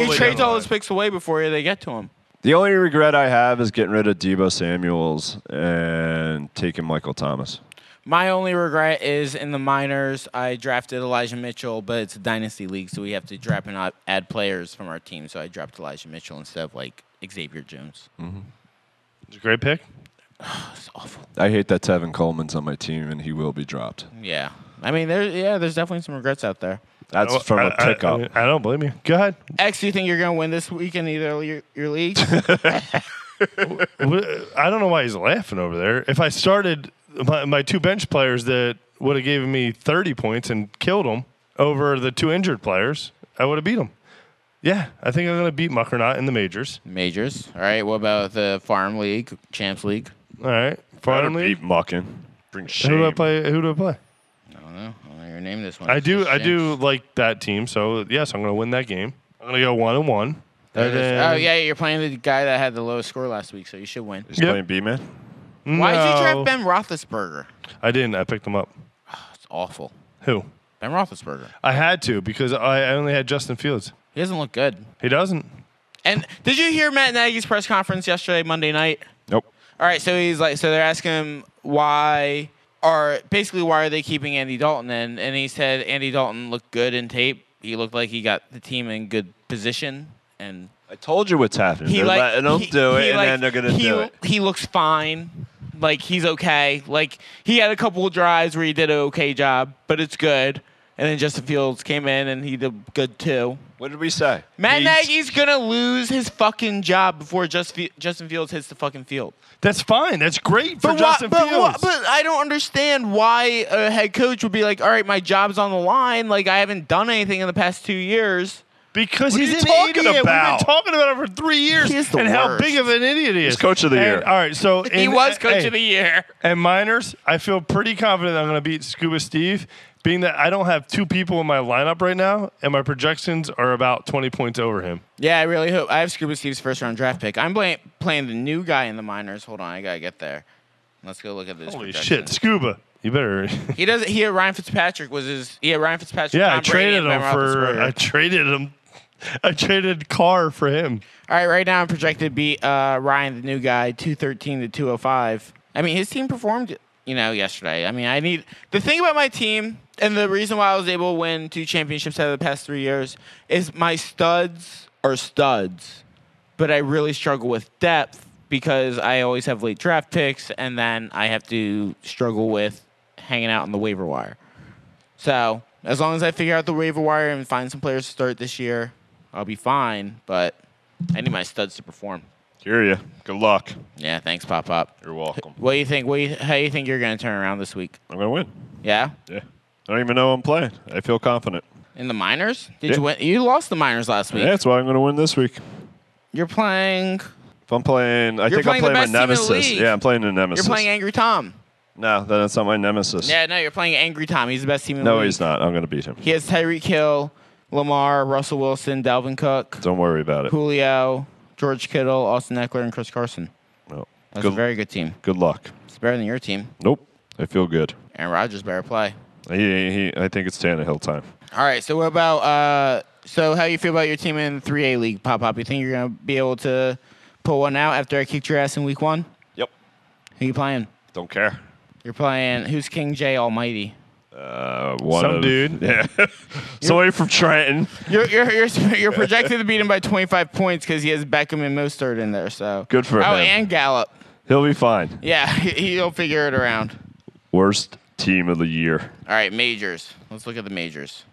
C: He
D: way
C: trades
D: down
C: all
D: the
C: his picks away before they get to him.
H: The only regret I have is getting rid of Debo Samuels and taking Michael Thomas.
C: My only regret is in the minors, I drafted Elijah Mitchell, but it's a dynasty league, so we have to draft and not add players from our team. So I dropped Elijah Mitchell instead of like Xavier Jones.
D: It's a great pick.
C: That's awful.
H: I hate that Tevin Coleman's on my team and he will be dropped.
C: Yeah, I mean, there, yeah, there's definitely some regrets out there.
H: That's from a
D: I- I-
H: pickup.
D: I, don't blame you. Go ahead.
C: X, do you think you're gonna win this week in either of your, your leagues?
D: Wh- uh, I don't know why he's laughing over there. If I started my, my two bench players that would have given me 30 points and killed them over the two injured players, I would have beat them. Yeah, I think I'm going to beat Muckernot in the majors.
C: Majors. All right. What about the farm league, champs league?
D: All right.
H: Better
D: Finally,
H: beat Muckin. Bring
D: who do I
H: shame.
D: play? Who do I play?
C: I don't know. I don't know your name this one.
D: I
C: It's
D: do.
C: just
D: I
C: champs.
D: do like that team. So yes, I'm going to win that game. I'm going to go one and one.
C: There it
D: And
C: is.
D: then-
C: Oh yeah, you're playing the guy that had the lowest score last week, so you should win.
H: He's
D: Yep.
H: playing B man.
C: Why did you draft
D: No.
C: Ben Roethlisberger?
D: I didn't. I picked them up.
C: That's awful.
D: Who?
C: Ben Roethlisberger.
D: I had to because I I only had Justin Fields.
C: He doesn't look good.
D: He doesn't.
C: And did you hear Matt Nagy's press conference yesterday, Monday night?
H: Nope.
C: All right, so he's like, so they're asking him why are basically why are they keeping Andy Dalton in? And he said Andy Dalton looked good in tape. He looked like he got the team in good position, and
H: I told you what's happening.
C: he
H: They're
C: like
H: letting them
C: he-
H: do it,
C: he
H: and
C: like-
H: then they're gonna
C: he,
H: do it.
C: He looks fine. Like he's okay. Like he had a couple of drives where he did an okay job, but it's good. And then Justin Fields came in and he did good too.
H: What did we say?
C: Matt
H: He's-
C: Nagy's gonna lose his fucking job before Just Fe- Justin Fields hits the fucking field.
D: That's fine. That's great for
C: why-
D: Justin
C: but why-
D: Fields.
C: but I don't understand why a head coach would be like, "All right, my job's on the line. Like I haven't done anything in the past two years."
D: because
H: What are
D: he's
H: you
D: an
H: talking
D: idiot. We've
H: about?
D: been talking about it for three years
C: He is
D: and
C: the
D: how
C: worst.
D: big of an idiot he is.
H: Coach of the
D: And-
H: Year.
D: All right, so
C: He
D: in-
C: was coach
D: uh, hey,
C: of the year.
D: And minors, I feel pretty confident I'm going to beat Scuba Steve, being that I don't have two people in my lineup right now, and my projections are about 20 points over him.
C: Yeah, I really hope. I have Scuba Steve's first round draft pick. I'm play- playing the new guy in the minors. Hold on, I gotta get there. Let's go look at this.
D: Holy
C: projection.
D: shit, Scuba. You better.
C: He does. He had Ryan Fitzpatrick was his. Yeah, Ryan Fitzpatrick.
D: yeah,
C: Tom
D: I
C: Brady,
D: traded
C: and
D: him
C: Ben
D: for.
C: Roethlisberger.
D: I traded him. I traded Carr for him.
C: All right, right now I'm projected to beat uh, Ryan, the new guy, 213 to 205. I mean, his team performed, you know, yesterday. I mean, I need the thing about my team and the reason why I was able to win two championships out of the past three years is my studs are studs, but I really struggle with depth because I always have late draft picks and then I have to struggle with hanging out on the waiver wire. So as long as I figure out the waiver wire and find some players to start this year, I'll be fine. But I need my studs to perform.
H: Hear you. Good luck.
C: Yeah, thanks, Pop Pop.
H: You're welcome.
C: What do you think? What do you, how do you think you're going to turn around this week?
H: I'm gonna win.
C: Yeah,
H: Yeah. I don't even know I'm playing. I feel confident.
C: in the minors? Did
H: Yeah.
C: you win? You lost the minors last week.
H: Yeah, that's why I'm gonna win this week.
C: You're playing.
H: If I'm playing, I
C: You're playing
H: think
C: the best team
H: I'm playing my
C: in the
H: nemesis.
C: league.
H: Yeah, I'm playing a nemesis.
C: You're playing Angry Tom.
H: no, that's not my nemesis.
C: Yeah, no, you're playing Angry Tom. He's the best team in the league.
H: No, he's not. I'm gonna beat him.
C: He has Tyreek Hill, Lamar, Russell Wilson, Dalvin Cook,
H: Don't worry about it.
C: Julio, George Kittle, Austin Eckler, and Chris Carson.
H: No.
C: That's
H: Good,
C: a very good team.
H: good luck.
C: It's better than your team.
H: Nope. I feel good.
C: Aaron Rodgers better play.
H: He, he, he- I think it's Tannehill time.
C: All right. So what about uh? So how you feel about your team in the three A league, Pop Pop? You think you're gonna be able to pull one out after I kicked your ass in week one?
H: Yep.
C: Who you playing?
H: Don't care.
C: You're playing who's King J Almighty?
H: Uh, one
D: Some
H: of-
D: dude.
H: Yeah. Somebody from Trenton.
C: You're you're you're, you're projected to beat him by 25 points because he has Beckham and Mostert in there. So
H: Good for
C: Oh,
H: him.
C: and Gallup.
H: He'll be fine.
C: Yeah, he- he'll figure it around.
H: Worst team of the year.
C: All right, majors. Let's look at the majors.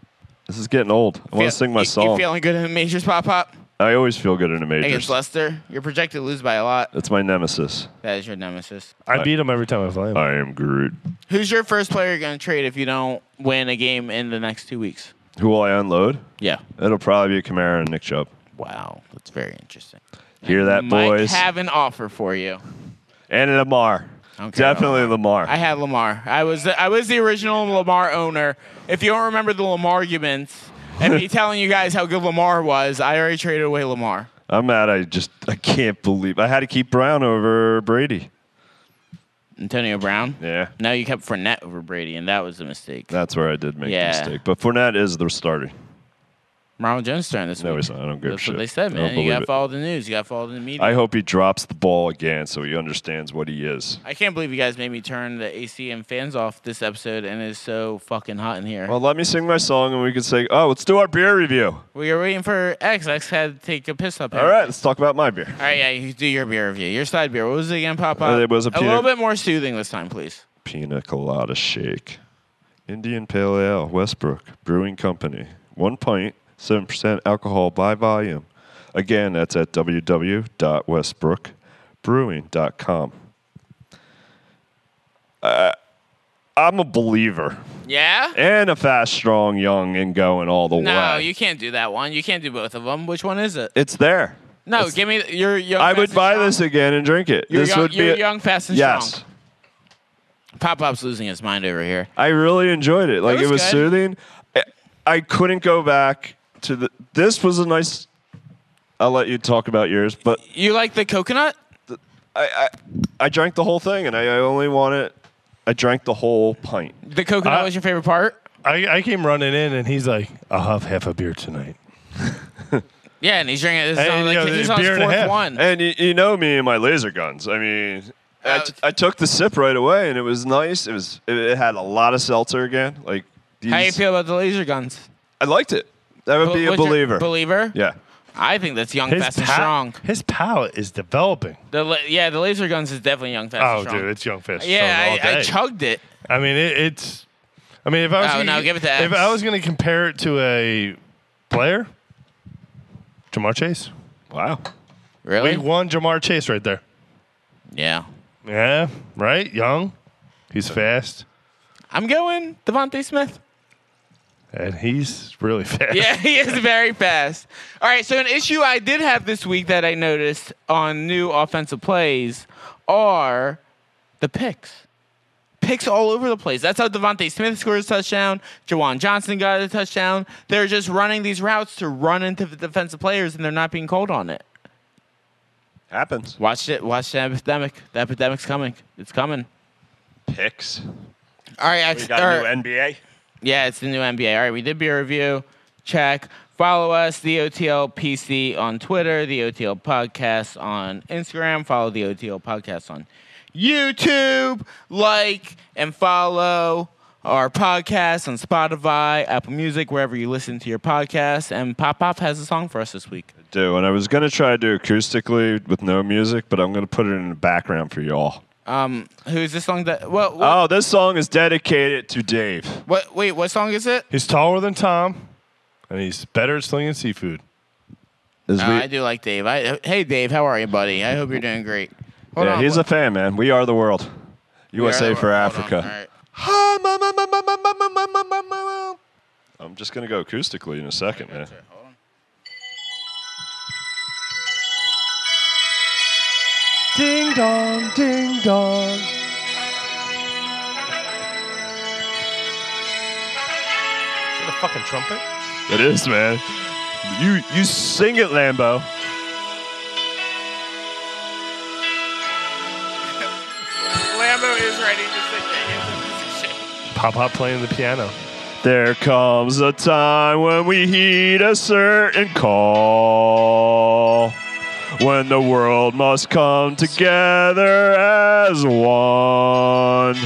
H: This is getting old. I want to
C: Feel-
H: sing my
C: you- You
H: song.
C: feeling good in the majors, Pop Pop?
H: I always feel good in a
C: Against
H: majors.
C: Lester, you're projected to lose by a lot.
H: That's my nemesis.
C: That is your nemesis.
D: I beat him every time I play him.
H: I am Groot.
C: Who's your first player you're going to trade if you don't win a game in the next two weeks?
H: Who will I unload?
C: Yeah.
H: It'll probably be Kamara and Nick Chubb.
C: Wow. That's very interesting.
H: Hear that,
C: Might
H: boys?
C: have an offer for you.
H: and Lamar.
C: don't care about
H: Definitely Lamar.
C: I had Lamar. I was I was the original Lamar owner. If you don't remember the Lamar arguments and me telling you guys how good Lamar was, I already traded away Lamar.
H: I'm mad. I just I can't believe I had to keep Brown over Brady.
C: Antonio Brown.
H: Yeah,
C: No, you kept Fournette over Brady, and that was a mistake.
H: that's where I did make
C: Yeah.
H: the mistake. But Fournette is the starter.
C: Marlon Jones starting this
H: No,
C: week.
H: he's not. I don't give a
C: That's
H: shit.
C: what they said,
H: I don't
C: man. You got
H: believe
C: to
H: it.
C: follow the news. You got to follow the media.
H: I hope he drops the ball again so he understands what he is.
C: I can't believe you guys made me turn the AC and fans off this episode, and it's so fucking hot in here.
H: Well, let me sing my song and we can say, oh, let's do our beer review.
C: we are waiting for X. X had to take a piss up. here.
H: All right, let's talk about my beer.
C: All right, yeah, you do your beer review. Your side beer. What was it again, Pop Pop?
H: Uh, it was a
C: little
H: peanut-
C: bit more soothing this time, please.
H: Pina Colada Shake. Indian Pale Ale, Westbrook Brewing Company. One pint, 7% alcohol by volume. Again, that's at www.westbrookbrewing.com. Uh, I'm a believer
C: Yeah?
H: and a fast, strong, young, and going all the
C: No,
H: way.
C: you can't do that one. You can't do both of them. Which one is it?
H: it's there.
C: No, give me your. young.
H: I
C: fast
H: would
C: and
H: buy
C: strong.
H: this again and drink it.
C: You're
H: this
C: young,
H: would be
C: you're
H: a-
C: young, fast and
H: yes.
C: strong. Pop Pop's losing his mind over here.
H: I really enjoyed it. Like
C: was
H: it was
C: good.
H: soothing. I, I couldn't go back to the. This was a nice. I'll let you talk about yours, but
C: You like the coconut?
H: I I, I drank the whole thing, and I, I only want it. I drank the whole pint.
C: The coconut
D: Uh,
C: was your favorite part?
D: I, I came running in, and he's like, I'll have half a beer tonight.
C: Yeah, and he's drinking. This is
D: Hey,
C: on,
D: you
C: like,
D: know,
C: he's
D: the
C: on his
D: beer and a
C: fourth
D: half.
C: one.
H: And you, you know me and my laser guns. I mean, I, t- I took the sip right away, and it was nice. It was it, it had a lot of seltzer again. Like these,
C: How do you feel about the laser guns?
H: I liked it. I would
C: But
H: be a
C: what's your-
H: believer.
C: believer?
H: yeah.
C: I think that's young,
D: His,
C: fast, and
D: pa-
C: strong.
D: his palate is developing.
C: The la- yeah, the laser guns is definitely young, fast,
D: Oh,
C: and strong.
D: dude, it's Young Fast. strong all
C: yeah,
D: day.
C: I, I chugged it.
D: I mean, it, it's. I mean, if I was
C: Oh,
D: gonna,
C: no, give it to
D: if
C: X.
D: I was going to compare it to a player, Jamar Chase.
H: Wow.
C: Really?
D: Week one, Jamar Chase right there.
C: yeah.
D: Yeah, right. Young, he's fast,
C: I'm going Devontae Smith.
D: and he's really fast.
C: Yeah, he is very fast. All right, so an issue I did have this week that I noticed on new offensive plays are the picks. Picks all over the place. That's how Devontae Smith scored his touchdown. Jawan Johnson got a touchdown. They're just running these routes to run into the defensive players, and they're not being called on it.
H: Happens.
C: Watch it. Watch the epidemic. The epidemic's coming. It's coming.
H: Picks.
C: All right. I,
H: We got
C: all right.
H: a new NBA.
C: Yeah, it's the new NBA. All right, we did beer review. Check. Follow us, the OTL PC on Twitter, the OTL Podcast on Instagram. Follow the OTL Podcast on YouTube. Like and follow our podcast on Spotify, Apple Music, wherever you listen to your podcast. And Pop Pop has a song for us this week.
H: Do and I was gonna try to do acoustically with no music, but I'm gonna put it in the background for y'all.
C: Um, who's this song that? What? What?
H: Oh, this song is dedicated to Dave.
C: what wait, what song is it?
D: He's taller than Tom, and he's better at slinging seafood.
H: As
C: Uh,
H: we-
C: I do like Dave. I, hey, Dave, how are you, buddy? I hope you're doing great. Hold
H: yeah,
C: on.
H: he's a fan, man. We are the world. USA
C: Hold
H: for
C: on, all
H: Africa.
C: right.
H: Ha, ma, ma, ma, ma, ma, ma, ma, ma, ma, ma. I'm just gonna go acoustically in a second, man. Ding dong, ding dong.
D: Is that a fucking trumpet?
H: It is, man. You you sing it, Lambo.
C: Lambo is ready to sit into position.
D: Pop Pop playing the piano.
H: There comes a time when we heed a certain call. When the world must come together as one.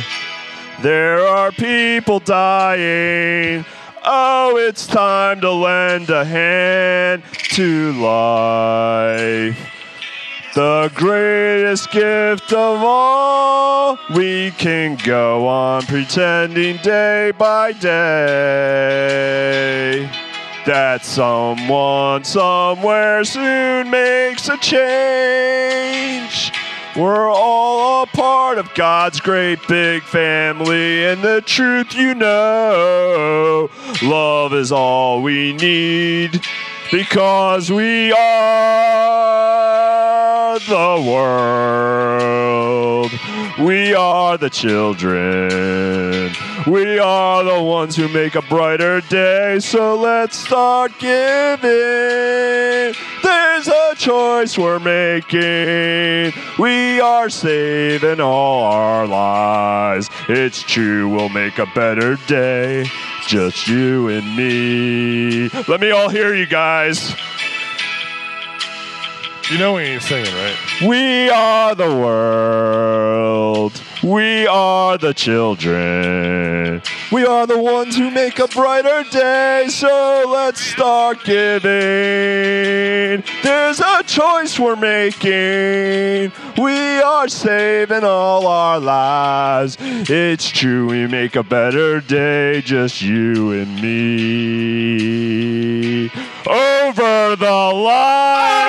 H: There are people dying. Oh, it's time to lend a hand to life. The greatest gift of all, we can go on pretending day by day that someone somewhere soon makes a change. We're all a part of God's great big family, and the truth you know love is all we need because we are the world. We are the children. We are the ones who make a brighter day. So let's start giving. There's a choice we're making. We are saving all our lives. It's true, we'll make a better day. Just you and me. Let me all hear you guys.
D: You know when you're singing, right?
H: We are the world. We are the children. We are the ones who make a brighter day. So let's start giving. There's a choice we're making. We are saving all our lives. It's true, we make a better day. Just you and me. Over the line.